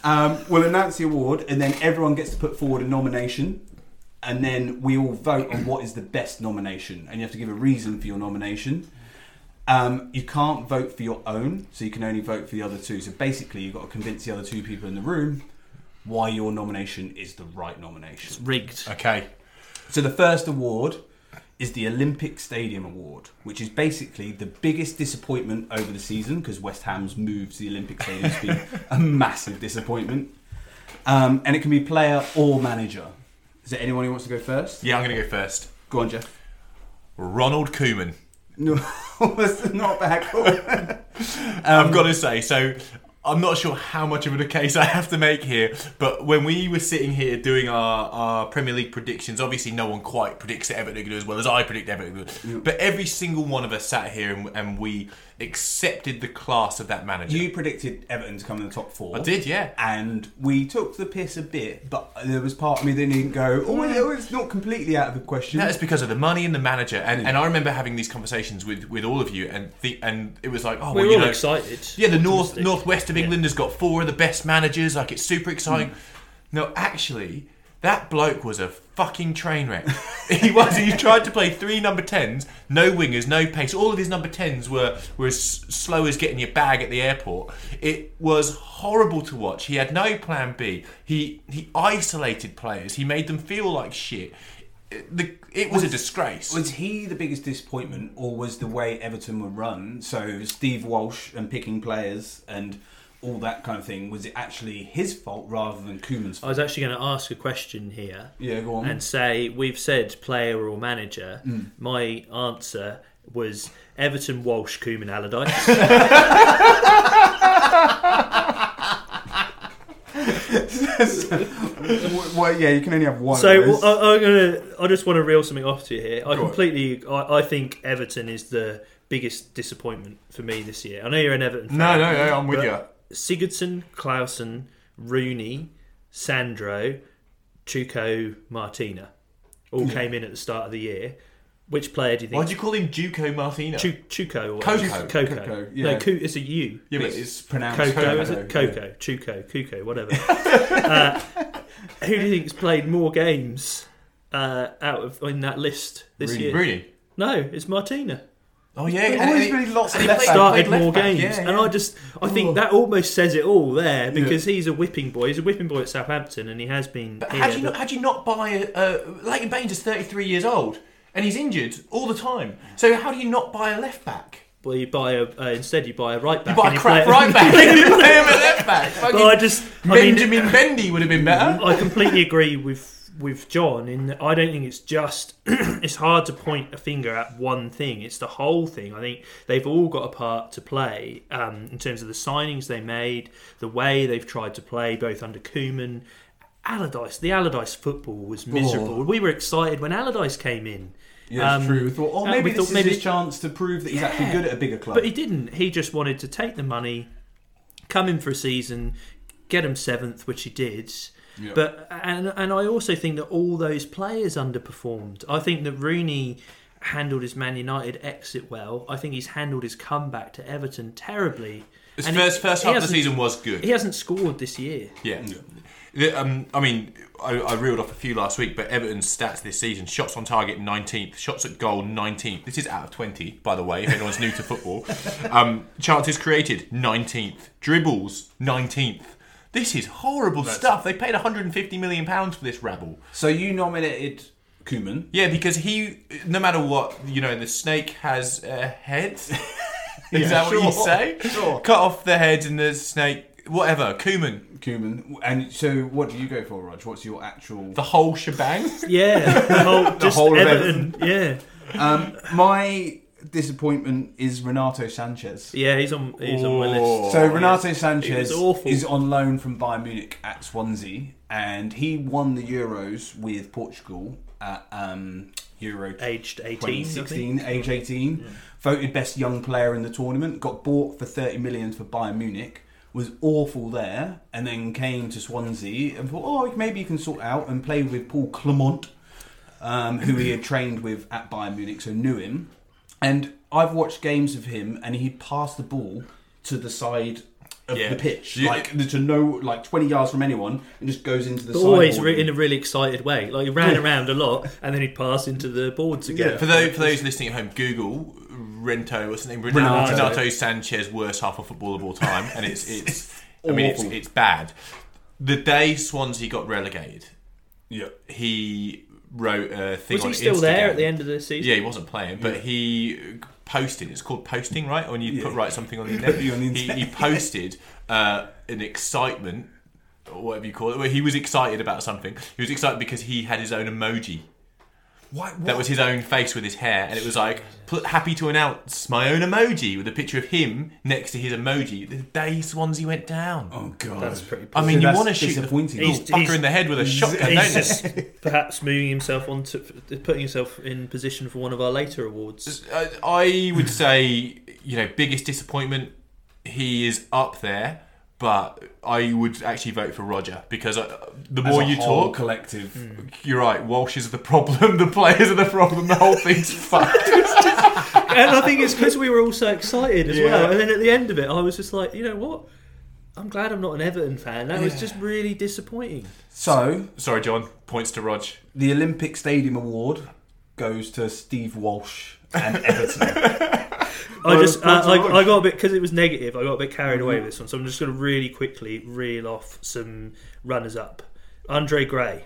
[SPEAKER 1] um, we'll announce the award, and then everyone gets to put forward a nomination, and then we all vote on what is the best nomination, and you have to give a reason for your nomination. Um, you can't vote for your own, so you can only vote for the other two. So basically, you've got to convince the other two people in the room why your nomination is the right nomination.
[SPEAKER 2] Rigged.
[SPEAKER 3] Okay.
[SPEAKER 1] So the first award is the Olympic Stadium Award, which is basically the biggest disappointment over the season because West Ham's move to the Olympic Stadium has been a massive disappointment. Um, and it can be player or manager. Is there anyone who wants to go first?
[SPEAKER 3] Yeah, I'm going to go first.
[SPEAKER 1] Go on, Jeff.
[SPEAKER 3] Ronald Koeman.
[SPEAKER 1] No, that's not bad. Cool.
[SPEAKER 3] I've got to say, so I'm not sure how much of a case I have to make here, but when we were sitting here doing our, our Premier League predictions, obviously no one quite predicts that Everton are going to do as well as I predict Everton. are gonna do. But every single one of us sat here and, and we accepted the class of that manager.
[SPEAKER 1] You predicted Everton to come in the top four.
[SPEAKER 3] I did, yeah.
[SPEAKER 1] And we took the piss a bit, but there was part of me that didn't go, oh, well, it's not completely out of the question.
[SPEAKER 3] That is because of the money and the manager, and, and I remember having these conversations with, with all of you, and the, and it was like, oh,
[SPEAKER 2] We
[SPEAKER 3] well,
[SPEAKER 2] were
[SPEAKER 3] you
[SPEAKER 2] all
[SPEAKER 3] know,
[SPEAKER 2] excited.
[SPEAKER 3] Yeah, the north
[SPEAKER 2] Optimistic.
[SPEAKER 3] northwest of
[SPEAKER 2] Yeah.
[SPEAKER 3] England has got four of the best managers. Like it's super exciting. No, actually, that bloke was a fucking train wreck. <laughs> he was. He tried to play three number tens, no wingers, no pace. All of his number tens were were as slow as getting your bag at the airport. It was horrible to watch. He had no plan B. He he isolated players. He made them feel like shit. It, the, it was, a disgrace.
[SPEAKER 1] Was he the biggest disappointment, or was the way Everton were run, so Steve Walsh and picking players and all that kind of thing, was it actually his fault rather than Koeman's
[SPEAKER 2] I
[SPEAKER 1] fault?
[SPEAKER 2] was actually going to ask a question here.
[SPEAKER 1] Yeah, go
[SPEAKER 3] Oh.
[SPEAKER 1] on.
[SPEAKER 2] And say we've said player or manager.
[SPEAKER 3] Hmm.
[SPEAKER 2] My answer was Everton, Walsh, Koeman,
[SPEAKER 3] <laughs>
[SPEAKER 2] Allardyce.
[SPEAKER 1] <laughs> well, yeah, you can only have one.
[SPEAKER 2] so
[SPEAKER 1] of those.
[SPEAKER 2] well, uh, I, I'm gonna. I just want to reel something off to you here. I completely. I, I think Everton is the biggest disappointment for me this year. I know you're an Everton. Fan,
[SPEAKER 3] no, no, no. I'm with
[SPEAKER 2] but
[SPEAKER 3] you.
[SPEAKER 2] Sigurdsson, Clausen, Rooney, Sandro, Chuko, Martina, all came in at the start of the year. Which player do you think?
[SPEAKER 3] Hmm. Why'd you call him Juco Martino?
[SPEAKER 2] Chu- Chuko or Coco.
[SPEAKER 3] Coco.
[SPEAKER 1] Coco, yeah.
[SPEAKER 2] No, Ku, it's a U.
[SPEAKER 3] yeah, but it's
[SPEAKER 1] pronounced
[SPEAKER 2] Coco,
[SPEAKER 1] Coco,
[SPEAKER 2] is it?
[SPEAKER 1] yeah.
[SPEAKER 2] Coco, Chuko, Kuko, whatever. uh, who do you think's played more games uh, out of in that list this
[SPEAKER 1] Rooney.
[SPEAKER 2] year?
[SPEAKER 3] Rooney.
[SPEAKER 2] No, it's Martina.
[SPEAKER 3] Oh yeah,
[SPEAKER 1] There's
[SPEAKER 3] and-
[SPEAKER 1] always
[SPEAKER 3] and-
[SPEAKER 1] been lots of
[SPEAKER 3] and he
[SPEAKER 1] left
[SPEAKER 3] Uh, played-
[SPEAKER 1] back.
[SPEAKER 2] Started
[SPEAKER 3] played left
[SPEAKER 2] more
[SPEAKER 3] back,
[SPEAKER 2] games,
[SPEAKER 3] yeah,
[SPEAKER 2] and
[SPEAKER 3] yeah.
[SPEAKER 2] I just I think
[SPEAKER 1] Oh.
[SPEAKER 2] that almost says it all there because he's a whipping boy. He's a whipping boy at Southampton, and he has been.
[SPEAKER 3] But
[SPEAKER 2] here,
[SPEAKER 3] how do you
[SPEAKER 2] but-
[SPEAKER 3] not? How do you not buy? A, uh, Leighton Baines is thirty three years old and he's injured all the time. So how do you not buy a left back?
[SPEAKER 2] Well, you buy a uh, instead you buy a right
[SPEAKER 3] You
[SPEAKER 2] back.
[SPEAKER 3] buy
[SPEAKER 2] and
[SPEAKER 3] a
[SPEAKER 2] you
[SPEAKER 3] crap
[SPEAKER 2] play- <laughs>
[SPEAKER 3] right back. and you play him at left back. Fucking
[SPEAKER 2] But I just I mean, Mm-hmm.
[SPEAKER 3] Benjamin Mendy would have been better.
[SPEAKER 2] I completely agree with with John in that I don't think it's just <clears throat> it's hard to point a finger at one thing. It's the whole thing. I think they've all got a part to play um, in terms of the signings they made, the way they've tried to play, both under Koeman. Allardyce, the Allardyce football was miserable. We were excited when Allardyce came in.
[SPEAKER 1] yeah, it's
[SPEAKER 2] Um,
[SPEAKER 1] true. We thought, oh,
[SPEAKER 2] uh,
[SPEAKER 1] maybe
[SPEAKER 2] we
[SPEAKER 1] this
[SPEAKER 2] thought
[SPEAKER 1] is
[SPEAKER 2] maybe-
[SPEAKER 1] his chance to prove that he's actually
[SPEAKER 2] Yeah.
[SPEAKER 1] good at a bigger club.
[SPEAKER 2] But he didn't. He just wanted to take the money, come in for a season, get him seventh, which he did. But and and I also think that all those players underperformed. I think that Rooney handled his Man United exit well. I think he's handled his comeback to Everton terribly.
[SPEAKER 3] His
[SPEAKER 2] And
[SPEAKER 3] first
[SPEAKER 2] he-
[SPEAKER 3] first
[SPEAKER 2] he
[SPEAKER 3] half of the
[SPEAKER 2] hasn't-
[SPEAKER 3] season was good.
[SPEAKER 2] He hasn't scored this
[SPEAKER 3] <laughs>
[SPEAKER 2] year.
[SPEAKER 3] Yeah. The- Um, I mean, I, I reeled off a few last week, but Everton's stats this season shots on target 19th, shots at goal 19th. This is out of 20, by the way, if anyone's new
[SPEAKER 1] <laughs>
[SPEAKER 3] to football. Um, chances created 19th, dribbles 19th. This is horrible stuff. They paid £150 million for this rabble.
[SPEAKER 1] so you nominated Koeman.
[SPEAKER 3] Yeah, because he, no matter what, you know, the snake has
[SPEAKER 1] <laughs>
[SPEAKER 3] a head. Is that what you
[SPEAKER 1] sure,
[SPEAKER 3] say?
[SPEAKER 1] sure.
[SPEAKER 3] Cut off the head and the snake, whatever, Kuman,
[SPEAKER 1] Koeman. And so what do you go for, Rog? What's your actual...
[SPEAKER 3] the whole shebang.
[SPEAKER 1] <laughs>
[SPEAKER 2] Yeah, the whole, just
[SPEAKER 1] whole of
[SPEAKER 2] Everton. Yeah,
[SPEAKER 1] Um, my disappointment is Renato Sanchez.
[SPEAKER 2] yeah, he's on. He's on my
[SPEAKER 3] Oh,
[SPEAKER 2] list.
[SPEAKER 1] So Renato
[SPEAKER 2] Yes. He
[SPEAKER 1] Sanchez
[SPEAKER 2] Oh, was awful.
[SPEAKER 1] is on loan from Bayern Munich at Swansea, and he won the Euros with Portugal at um, Euro
[SPEAKER 2] aged eighteen. I think.
[SPEAKER 1] 2016, age 18. Voted best young player in the tournament. Got bought for 30 million for Bayern Munich. Was awful there, and then came to Swansea and thought, oh, maybe you can sort out and play with Paul Clement. um, who he had trained with at Bayern Munich, so knew him. And I've watched games of him, and he'd pass the ball to the side of
[SPEAKER 3] Yeah.
[SPEAKER 1] the pitch,
[SPEAKER 3] Yeah.
[SPEAKER 1] like to no, like twenty yards from anyone, and just goes into the.
[SPEAKER 2] But always
[SPEAKER 1] sideboard.
[SPEAKER 2] re- in a really excited way. Like he ran around a lot, and then he'd pass into the boards again.
[SPEAKER 3] For those, for those listening at home, Google Rento or something.
[SPEAKER 1] Renato.
[SPEAKER 3] Renato, Renato Sanchez, worst half a football of all time,
[SPEAKER 2] <laughs>
[SPEAKER 3] and it's it's. I mean, it's,
[SPEAKER 1] Awful.
[SPEAKER 3] it's bad. The day Swansea got relegated,
[SPEAKER 1] yeah.
[SPEAKER 3] he wrote a thing
[SPEAKER 2] Was
[SPEAKER 3] on
[SPEAKER 2] he still
[SPEAKER 3] Instagram.
[SPEAKER 2] there at the end of the season?
[SPEAKER 3] Yeah, he wasn't playing, but he posted. It's called posting, right? When you put
[SPEAKER 1] Yeah.
[SPEAKER 2] <laughs>
[SPEAKER 3] write something on the internet.
[SPEAKER 1] you on the internet.
[SPEAKER 3] He, he posted uh, an excitement, or whatever you call it. Where he was excited about something. He was excited because he had his own emoji.
[SPEAKER 1] Why,
[SPEAKER 3] That was his own face with his hair, and it was like pl- happy to announce my own emoji with a picture of him next to his emoji. The day Swansea went down.
[SPEAKER 1] Oh god,
[SPEAKER 2] That's pretty
[SPEAKER 3] I mean,
[SPEAKER 1] So
[SPEAKER 3] you
[SPEAKER 1] that's
[SPEAKER 3] want to shoot the
[SPEAKER 1] disappointing.
[SPEAKER 3] little
[SPEAKER 2] He's-
[SPEAKER 3] fucker
[SPEAKER 2] he's-
[SPEAKER 3] in the head with a shotgun, don't
[SPEAKER 2] He's
[SPEAKER 3] you?
[SPEAKER 2] just <laughs> perhaps moving himself on to putting himself in position for one of our later
[SPEAKER 3] <laughs>
[SPEAKER 2] awards.
[SPEAKER 3] Uh, I would say, you know, biggest disappointment. He is up there, but I would actually vote for Roger because I, the
[SPEAKER 1] As
[SPEAKER 3] more
[SPEAKER 1] a
[SPEAKER 3] you
[SPEAKER 1] whole
[SPEAKER 3] talk,
[SPEAKER 1] collective.
[SPEAKER 2] Hmm.
[SPEAKER 3] you're right. Walsh is the problem. <laughs> The players are the problem. The whole thing's <laughs> fucked.
[SPEAKER 2] and I think it's because we were all so excited as
[SPEAKER 3] Yeah.
[SPEAKER 2] well. And then at the end of it, I was just like, you know what? I'm glad I'm not an Everton fan. That was just really disappointing.
[SPEAKER 1] So
[SPEAKER 3] Sorry, John. Points to Rog.
[SPEAKER 1] the Olympic Stadium Award goes to Steve Walsh
[SPEAKER 3] <laughs>
[SPEAKER 1] and Everton.
[SPEAKER 2] I just,
[SPEAKER 1] that's
[SPEAKER 2] uh, I,
[SPEAKER 1] right.
[SPEAKER 2] I got a bit because it was negative. I got a bit carried away
[SPEAKER 1] Mm-hmm.
[SPEAKER 2] with this one, so I'm just going to really quickly reel off some runners up. Andre Gray,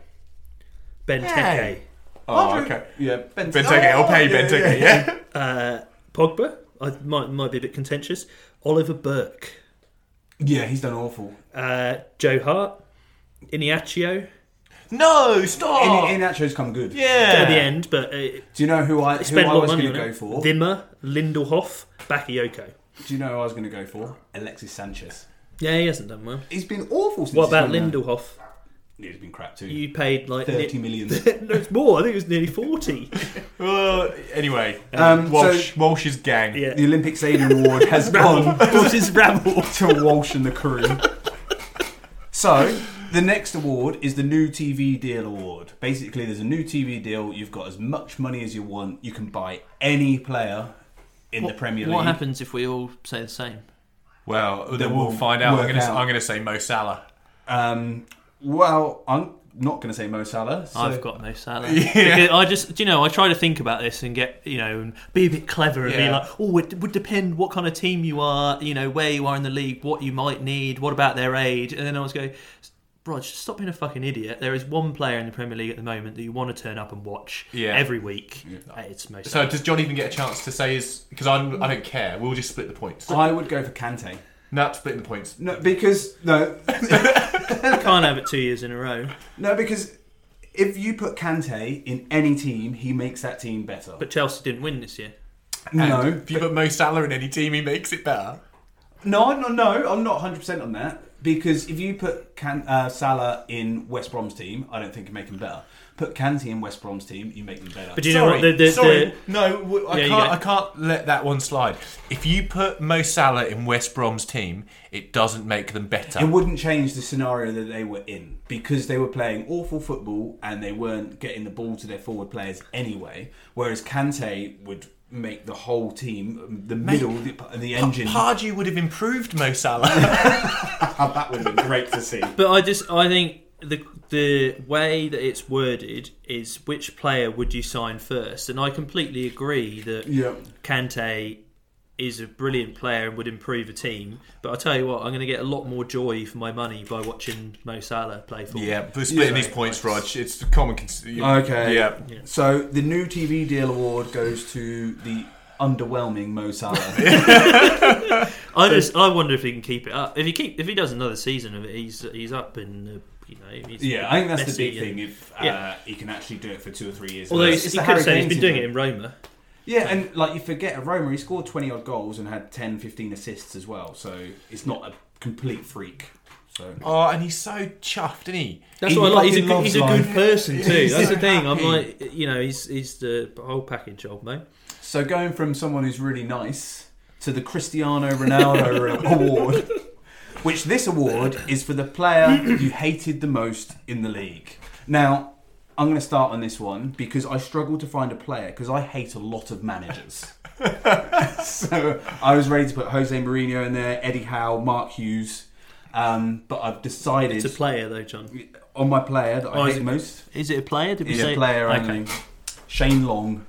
[SPEAKER 2] Ben
[SPEAKER 3] Hey. Oh, okay.
[SPEAKER 1] Yeah, Ben.
[SPEAKER 3] Benteke, I'll pay Benteke. Yeah,
[SPEAKER 2] Teke, uh, Pogba. I might might be a bit contentious. Oliver Burke,
[SPEAKER 1] Yeah, he's done awful.
[SPEAKER 2] uh, Joe Hart, Iniacio
[SPEAKER 3] No, stop.
[SPEAKER 1] In, in actually, come good.
[SPEAKER 3] Oh. yeah.
[SPEAKER 2] at the end, but uh,
[SPEAKER 1] Do you know who I who
[SPEAKER 2] spent a
[SPEAKER 1] I
[SPEAKER 2] lot of
[SPEAKER 1] was
[SPEAKER 2] money
[SPEAKER 1] going
[SPEAKER 2] on
[SPEAKER 1] to go
[SPEAKER 2] it.
[SPEAKER 1] for?
[SPEAKER 2] Vimmer, Lindelhoff, Bakayoko.
[SPEAKER 1] Do you know who I was going to go for? Alexis Sanchez.
[SPEAKER 2] Yeah, he hasn't done well.
[SPEAKER 1] He's been awful since.
[SPEAKER 2] What about
[SPEAKER 1] he's been there.
[SPEAKER 2] Lindelhoff?
[SPEAKER 1] He's been crap too.
[SPEAKER 2] You paid like
[SPEAKER 1] Thirty
[SPEAKER 2] ni-
[SPEAKER 1] million.
[SPEAKER 2] <laughs> no, it's more. I think it was nearly forty.
[SPEAKER 3] Well, Uh, anyway,
[SPEAKER 1] Um,
[SPEAKER 3] Walsh, Walsh's gang.
[SPEAKER 2] Yeah.
[SPEAKER 1] The Olympic Stadium Award
[SPEAKER 4] <laughs>
[SPEAKER 1] has gone
[SPEAKER 2] What's his rabble?
[SPEAKER 1] to Walsh and the crew. So, the next award is the New TV Deal Award. Basically, there's a new TV deal. You've got as much money as you want. You can buy any player in <laughs> the Premier League.
[SPEAKER 4] What happens if we all say the same?
[SPEAKER 3] Well, then, we'll,
[SPEAKER 1] we'll
[SPEAKER 3] find out. I'm
[SPEAKER 1] work
[SPEAKER 3] going to.
[SPEAKER 1] out.
[SPEAKER 3] I'm going to say Mo Salah.
[SPEAKER 1] Um, well, I'm not going to say Mo Salah. So
[SPEAKER 4] I've got Mo
[SPEAKER 3] <laughs>
[SPEAKER 4] Salah. Because I just, do you know, I try to think about this and get, you know, and be a bit clever and be
[SPEAKER 3] Yeah.
[SPEAKER 4] like, oh, it would depend what kind of team you are, you know, where you are in the league, what you might need, what about their age, and then I was going. Rog, stop being a fucking idiot. There is one player in the Premier League at the moment that you want to turn up and watch
[SPEAKER 3] Yeah.
[SPEAKER 4] every week. Uh, It's Mo
[SPEAKER 3] So
[SPEAKER 4] Salah.
[SPEAKER 3] does John even get a chance to say his? Because I don't care. We'll just split the points.
[SPEAKER 1] I would go for Kante.
[SPEAKER 3] No, splitting the points.
[SPEAKER 1] No, because no, <laughs>
[SPEAKER 2] I can't have it two years in a row.
[SPEAKER 1] no, because if you put Kante in any team, he makes that team better.
[SPEAKER 2] But Chelsea didn't win this year.
[SPEAKER 3] And
[SPEAKER 1] no,
[SPEAKER 3] If you put Mo Salah in any team, he makes it better.
[SPEAKER 1] No, I'm not, no, I'm not 100% on that because if you put Can, uh, Salah in West Brom's team, I don't think you make him better. Put Kante in West Brom's team, you make them better.
[SPEAKER 2] But do you know what? The, the,
[SPEAKER 3] sorry.
[SPEAKER 2] the-
[SPEAKER 3] no, w- I
[SPEAKER 2] Yeah, you
[SPEAKER 3] can't.
[SPEAKER 2] go.
[SPEAKER 3] I can't let that one slide. If you put Mo Salah in West Brom's team, it doesn't make them better.
[SPEAKER 1] it wouldn't change the scenario that they were in because they were playing awful football and they weren't getting the ball to their forward players anyway. Whereas Kante would make the whole team, the middle, the, the engine.
[SPEAKER 3] Pardew would have improved Mo Salah.
[SPEAKER 1] that would have been great to see.
[SPEAKER 2] but I just I think the the way that it's worded is which player would you sign first, and I completely agree that
[SPEAKER 1] Yeah.
[SPEAKER 2] Kante is a brilliant player and would improve a team. But I tell you what, I'm going to get a lot more joy for my money by watching Mo Salah play football.
[SPEAKER 3] yeah, <laughs> we're splitting
[SPEAKER 1] Yeah.
[SPEAKER 3] these points, Rog. It's the common. Cons- you-
[SPEAKER 1] Okay.
[SPEAKER 3] Yeah.
[SPEAKER 1] So the new TV deal award goes to the underwhelming Mo Salah.
[SPEAKER 2] I just I wonder if he can keep it up. If he keep if he does another season of it, he's he's up in uh, you know. He's
[SPEAKER 1] Yeah, I think that's the big
[SPEAKER 2] Messi and-
[SPEAKER 1] thing. If uh,
[SPEAKER 2] yeah.
[SPEAKER 1] he can actually do it for two or three years,
[SPEAKER 2] Although
[SPEAKER 1] It's-
[SPEAKER 2] he's,
[SPEAKER 1] it's
[SPEAKER 2] he
[SPEAKER 1] the
[SPEAKER 2] could
[SPEAKER 1] Harry
[SPEAKER 2] say he's
[SPEAKER 1] Kane
[SPEAKER 2] been doing it
[SPEAKER 1] syndrome.
[SPEAKER 2] in Roma.
[SPEAKER 1] Yeah, and like you forget, at Roma he scored twenty odd goals and had 10, 15 assists as well. So it's not a complete freak. So
[SPEAKER 3] Oh, and he's so chuffed, isn't he?
[SPEAKER 2] That's
[SPEAKER 1] He
[SPEAKER 2] what I like. He's a,
[SPEAKER 1] fucking
[SPEAKER 2] good,
[SPEAKER 1] loves
[SPEAKER 2] he's a
[SPEAKER 1] life.
[SPEAKER 2] good person too.
[SPEAKER 1] He's
[SPEAKER 2] That's
[SPEAKER 1] so
[SPEAKER 2] the thing. I'm
[SPEAKER 1] happy.
[SPEAKER 2] like, you know, he's he's the whole package old man.
[SPEAKER 1] so going from someone who's really nice to the Cristiano
[SPEAKER 2] <laughs>
[SPEAKER 1] Ronaldo award, which this award is for the player you hated the most in the league. Now, I'm going to start on this one because I struggle to find a player because I hate a lot of
[SPEAKER 2] <laughs>
[SPEAKER 1] managers. <laughs> so I was ready to put Jose Mourinho in there, Eddie Howe, Mark Hughes, um, but I've decided
[SPEAKER 2] It's a player though, John.
[SPEAKER 1] on my player that I
[SPEAKER 2] Oh, is
[SPEAKER 1] hate
[SPEAKER 2] it-
[SPEAKER 1] most
[SPEAKER 2] Is it a player? Did we
[SPEAKER 1] is
[SPEAKER 2] say
[SPEAKER 1] a player
[SPEAKER 2] Okay.
[SPEAKER 1] only. Shane Long.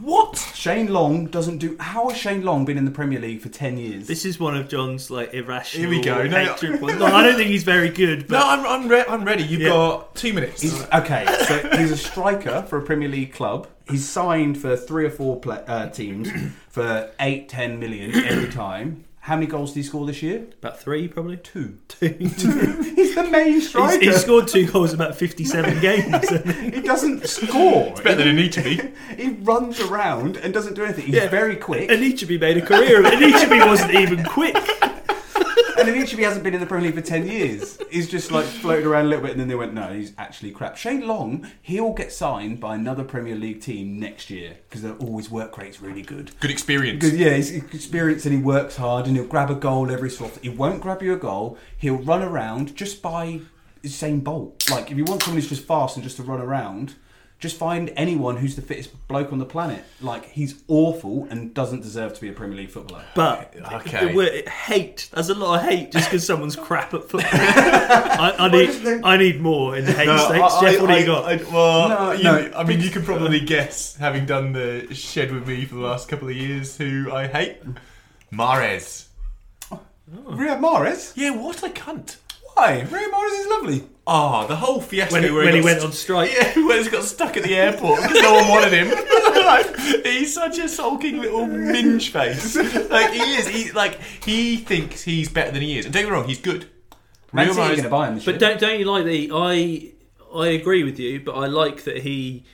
[SPEAKER 2] What?
[SPEAKER 1] Shane Long doesn't do. How has Shane Long been in the Premier League for ten years?
[SPEAKER 2] This is one of John's like irrational.
[SPEAKER 3] Here we go. No,
[SPEAKER 2] hatred points. No, I don't think he's very good,
[SPEAKER 3] No,
[SPEAKER 2] but
[SPEAKER 3] I'm I'm, re- I'm ready. You've
[SPEAKER 2] Yeah.
[SPEAKER 3] got two minutes.
[SPEAKER 1] He's, okay, so he's a striker for a Premier League club. He's signed for three or four pla uh, teams <clears throat> for eight, ten million every time. How many goals did he score this year?
[SPEAKER 2] <laughs>
[SPEAKER 1] <laughs>
[SPEAKER 2] about three probably.
[SPEAKER 1] Two.
[SPEAKER 2] <laughs> Two.
[SPEAKER 1] He's the main
[SPEAKER 2] He's,
[SPEAKER 1] striker.
[SPEAKER 2] he's scored two goals in about
[SPEAKER 3] <laughs>
[SPEAKER 2] fifty-seven games. <laughs>
[SPEAKER 1] he doesn't score.
[SPEAKER 3] Better than it need to be.
[SPEAKER 1] He runs around and doesn't do anything. He's
[SPEAKER 2] Yeah.
[SPEAKER 1] very quick. And
[SPEAKER 2] Anichebe made a career of it. Anichebe wasn't even quick.
[SPEAKER 1] Anichebe hasn't been in the Premier League for 10 years. He's just like floated around a little bit and then they went, no, he's actually crap. Shane Long, he'll get signed by another Premier League team next year because they're always work rate's really good.
[SPEAKER 3] Good experience.
[SPEAKER 1] Because yeah, he's experienced and he works hard and he'll grab a goal every so often. He won't grab you a goal. He'll run around just by Usain Bolt. Like if you want someone who's just fast and just to run around, just find anyone who's the fittest bloke on the planet. Like he's awful and doesn't deserve to be a Premier League footballer.
[SPEAKER 2] But
[SPEAKER 3] Okay.
[SPEAKER 2] the word- hate. There's a lot of hate just because someone's crap at
[SPEAKER 3] <laughs>
[SPEAKER 2] football. I, I need, I need more in the hate stakes. Jeff, what do you got?
[SPEAKER 3] Uh, I, well,
[SPEAKER 1] No,
[SPEAKER 3] you,
[SPEAKER 1] no.
[SPEAKER 3] I mean, you can probably guess, having done the shed with me for the last couple of years, who I hate. Mares.
[SPEAKER 1] Riyad Mahrez,
[SPEAKER 3] Yeah, what a cunt.
[SPEAKER 1] why? Riyad Mahrez is lovely.
[SPEAKER 3] Ah, the whole fiasco
[SPEAKER 2] when he,
[SPEAKER 3] where
[SPEAKER 2] when he
[SPEAKER 3] got
[SPEAKER 2] went
[SPEAKER 3] st-
[SPEAKER 2] on strike.
[SPEAKER 3] Yeah, <laughs> when he got stuck at the airport because no one wanted him. <laughs> Like, he's such a sulking little minge face. Like he is. He like he thinks he's better than he is. And don't get me wrong, he's good.
[SPEAKER 1] Man
[SPEAKER 3] Real
[SPEAKER 1] City
[SPEAKER 3] Mahrez-
[SPEAKER 1] going to buy him this
[SPEAKER 2] But
[SPEAKER 1] year.
[SPEAKER 2] don't don't you like the I I agree with you, but I like that he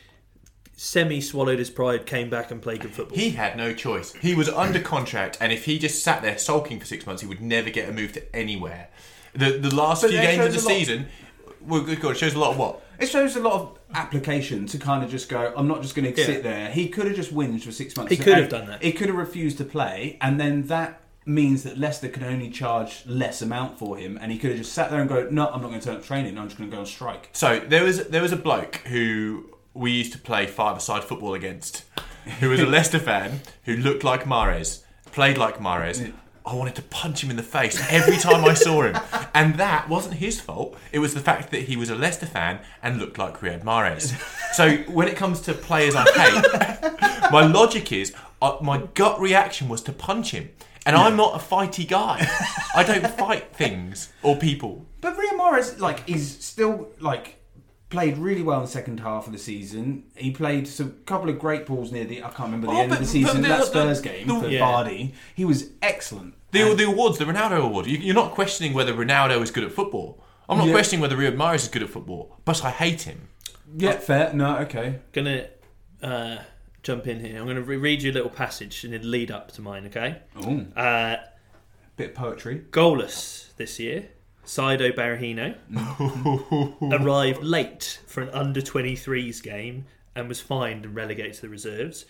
[SPEAKER 2] semi swallowed his pride, came back and played good football.
[SPEAKER 3] He had no choice. He was under contract, and if he just sat there sulking for six months, he would never get a move to anywhere. The the last
[SPEAKER 1] But
[SPEAKER 3] few
[SPEAKER 1] that
[SPEAKER 3] games of the
[SPEAKER 1] shows a lot.
[SPEAKER 3] season, well, good God, it shows a lot of what.
[SPEAKER 1] It shows a lot of application to kind of just go. I'm not just going to
[SPEAKER 2] Yeah.
[SPEAKER 1] sit there. He could have just whinged for six months.
[SPEAKER 2] He could have
[SPEAKER 1] And
[SPEAKER 2] done that.
[SPEAKER 1] He could have refused to play, and then that means that Leicester can only charge less amount for him, and he could have just sat there and go, "No, I'm not going to turn up training. I'm just going to go on strike."
[SPEAKER 3] So there was there was a bloke who we used to play five-a-side football against, who was a Leicester fan who looked like Mares, played like Mares. I wanted to punch him in the face every time I saw him, and that wasn't his fault. It was the fact that he was a Leicester fan and looked like Riyad Mahrez. So when it comes to players I hate, my logic is uh, my gut reaction was to punch him, and I'm not a fighty guy. I don't fight things or people.
[SPEAKER 1] But Riyad Mahrez, like, is still like played really well in the second half of the season. He played some couple of great balls near the I can't remember the
[SPEAKER 3] Oh,
[SPEAKER 1] end of
[SPEAKER 3] but-
[SPEAKER 1] the season
[SPEAKER 3] but
[SPEAKER 1] that
[SPEAKER 3] the-
[SPEAKER 1] Spurs
[SPEAKER 3] the-
[SPEAKER 1] game
[SPEAKER 3] the-
[SPEAKER 1] for
[SPEAKER 2] yeah.
[SPEAKER 1] Vardy. He was excellent.
[SPEAKER 3] The, the awards, the Ronaldo award. You, you're not questioning whether Ronaldo is good at football. I'm not
[SPEAKER 1] Yeah.
[SPEAKER 3] questioning whether Riyad Mahrez is good at football, but I hate him.
[SPEAKER 1] Yeah, fair. No, okay.
[SPEAKER 2] gonna uh, jump in here. I'm gonna re- read you a little passage and then lead up to mine. Okay.
[SPEAKER 1] Ooh,
[SPEAKER 2] Uh,
[SPEAKER 1] bit of poetry.
[SPEAKER 2] goalless this year. Saido Barahino arrived late for an under 23s game and was fined and relegated to the reserves.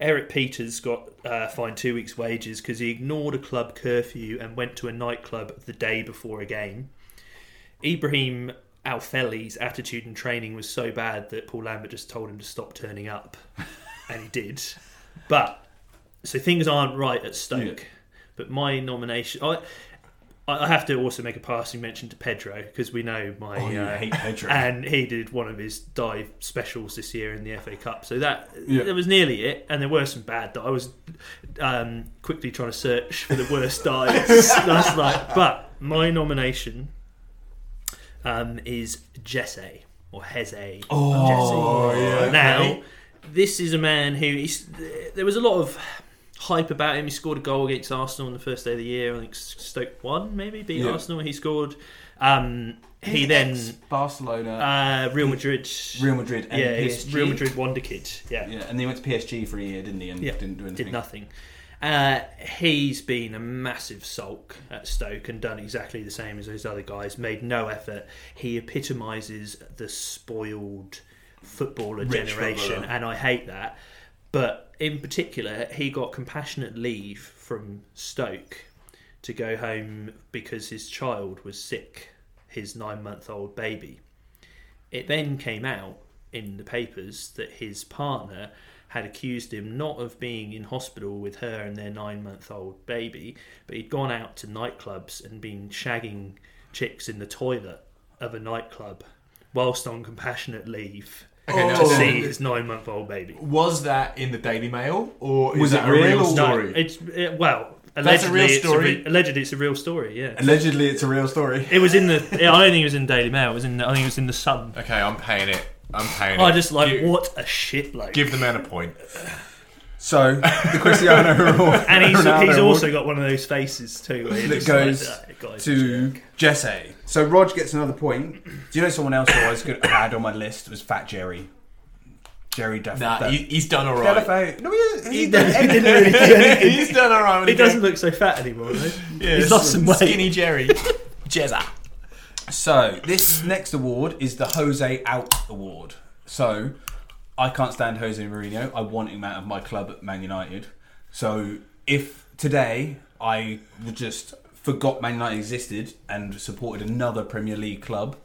[SPEAKER 2] Eric Peters got uh, fined two weeks' wages because he ignored a club curfew and went to a nightclub the day before a game. Ibrahim Alfeli's attitude and training was so bad that Paul Lambert just told him to stop turning up, and he did. But so things aren't right at Stoke. But my nomination, I, I have to also make a passing mention to Pedro because we know my
[SPEAKER 1] Oh, you
[SPEAKER 2] uh,
[SPEAKER 1] hate Pedro.
[SPEAKER 2] and he did one of his dive specials this year in the FA Cup. So that
[SPEAKER 1] Yeah.
[SPEAKER 2] that was nearly it, and there were some bad. That I was um, quickly trying to search for the
[SPEAKER 1] <laughs>
[SPEAKER 2] worst dives last night. But my nomination um, is Jesse or Heze.
[SPEAKER 1] Oh,
[SPEAKER 2] Jesse.
[SPEAKER 1] yeah,
[SPEAKER 2] Now, this is a man who he's, there was a lot of hype about him. He scored a goal against Arsenal on the first day of the year. I think Stoke won, maybe beat
[SPEAKER 1] Yeah.
[SPEAKER 2] Arsenal. He scored. Um, he then
[SPEAKER 1] Barcelona.
[SPEAKER 2] uh, Real Madrid.
[SPEAKER 1] Real Madrid and
[SPEAKER 2] yeah, he's
[SPEAKER 1] PSG.
[SPEAKER 2] Real Madrid wonder kid. Yeah,
[SPEAKER 1] Yeah, and then he went to PSG for a year, didn't he? And didn't do anything.
[SPEAKER 2] Did nothing. Uh, he's been a massive sulk at Stoke and done exactly the same as those other guys. Made no effort. He epitomises the spoiled footballer generation,
[SPEAKER 3] footballer.
[SPEAKER 2] and I hate that. But in particular, he got compassionate leave from Stoke to go home because his child was sick, his nine month old baby. It then came out in the papers that his partner had accused him not of being in hospital with her and their nine month old baby, but he'd gone out to nightclubs and been shagging chicks in the toilet of a nightclub whilst on compassionate leave
[SPEAKER 3] Okay, now-
[SPEAKER 2] to see his nine month old baby.
[SPEAKER 3] Was that in the Daily Mail or is
[SPEAKER 1] Was
[SPEAKER 3] that
[SPEAKER 1] it
[SPEAKER 3] a real,
[SPEAKER 1] real?
[SPEAKER 2] No,
[SPEAKER 3] story?
[SPEAKER 2] it's it, well,
[SPEAKER 3] That's a
[SPEAKER 2] allegedly,
[SPEAKER 3] real
[SPEAKER 2] It's
[SPEAKER 3] story?
[SPEAKER 2] a re- allegedly, it's a real story. Yeah,
[SPEAKER 1] Allegedly, it's a real story.
[SPEAKER 2] it was in the. I don't think it was in Daily Mail. It was in. The, I think it was in the Sun.
[SPEAKER 3] okay, I'm paying it. I'm paying
[SPEAKER 2] I
[SPEAKER 3] it.
[SPEAKER 2] just like
[SPEAKER 3] give,
[SPEAKER 2] what a shit bloke.
[SPEAKER 3] give the man a point.
[SPEAKER 1] So the
[SPEAKER 2] <laughs>
[SPEAKER 1] Cristiano Ronaldo <laughs>
[SPEAKER 2] and he's,
[SPEAKER 1] Ronaldo
[SPEAKER 2] he's
[SPEAKER 1] award
[SPEAKER 2] also got one of those faces too. where
[SPEAKER 1] that
[SPEAKER 2] he's
[SPEAKER 1] goes
[SPEAKER 2] like, "Ah, guy's a
[SPEAKER 1] to Jesse. So Rog gets another point. Do you know someone else who I was going to add on my list was Fat Jerry? Jerry Duff.
[SPEAKER 3] Nah,
[SPEAKER 1] Duff-
[SPEAKER 3] he, he's done all right.
[SPEAKER 1] Delafay. No, he isn't. He,
[SPEAKER 2] didn't- he didn't
[SPEAKER 1] anything.
[SPEAKER 2] really do anything.
[SPEAKER 3] <laughs> he's done all right. When
[SPEAKER 2] He doesn't look so fat anymore, though.
[SPEAKER 3] Yeah,
[SPEAKER 2] He's lost some weight.
[SPEAKER 3] Skinny Jerry. <laughs> Jezza.
[SPEAKER 1] So this next award is the Jose Out Award. So I can't stand Jose Mourinho. I want him out of my club at Man United. So if today I would just forgot Man United existed and supported another Premier League club,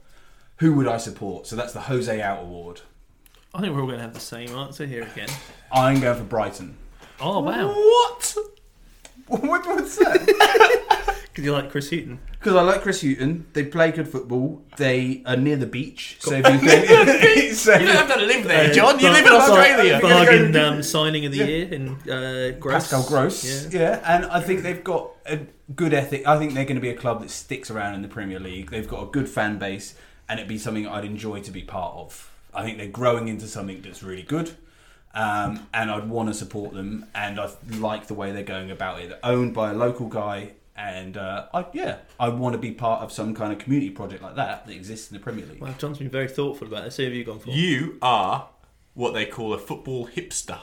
[SPEAKER 1] who would I support? So that's the Jose Out Award.
[SPEAKER 2] I think we're all going to have the same answer here again.
[SPEAKER 1] I'm going for Brighton.
[SPEAKER 2] Oh wow,
[SPEAKER 3] What?
[SPEAKER 1] what, <laughs> what's that?
[SPEAKER 2] because you like Chris Hughton.
[SPEAKER 1] Because I like Chris Hughton. They play good football. They are near the beach. So if you <laughs> can, so
[SPEAKER 3] You don't have to live there,
[SPEAKER 2] Uh,
[SPEAKER 3] John. You
[SPEAKER 2] bar-
[SPEAKER 3] live in
[SPEAKER 2] bar-
[SPEAKER 3] Australia.
[SPEAKER 2] Bargain um, signing of the year in uh, Gross.
[SPEAKER 1] Pascal Gross.
[SPEAKER 2] Yeah.
[SPEAKER 1] Yeah. and I think they've got a good ethic. I think they're going to be a club that sticks around in the Premier League. They've got a good fan base, and it'd be something I'd enjoy to be part of. I think they're growing into something that's really good, um, and I'd want to support them. And I like the way they're going about it. They're owned by a local guy, and uh, I yeah, I want to be part of some kind of community project like that that exists in the Premier League.
[SPEAKER 2] Wow, John's been very thoughtful about this. Who have you gone for?
[SPEAKER 3] You are what they call a
[SPEAKER 2] <laughs>
[SPEAKER 3] football hipster.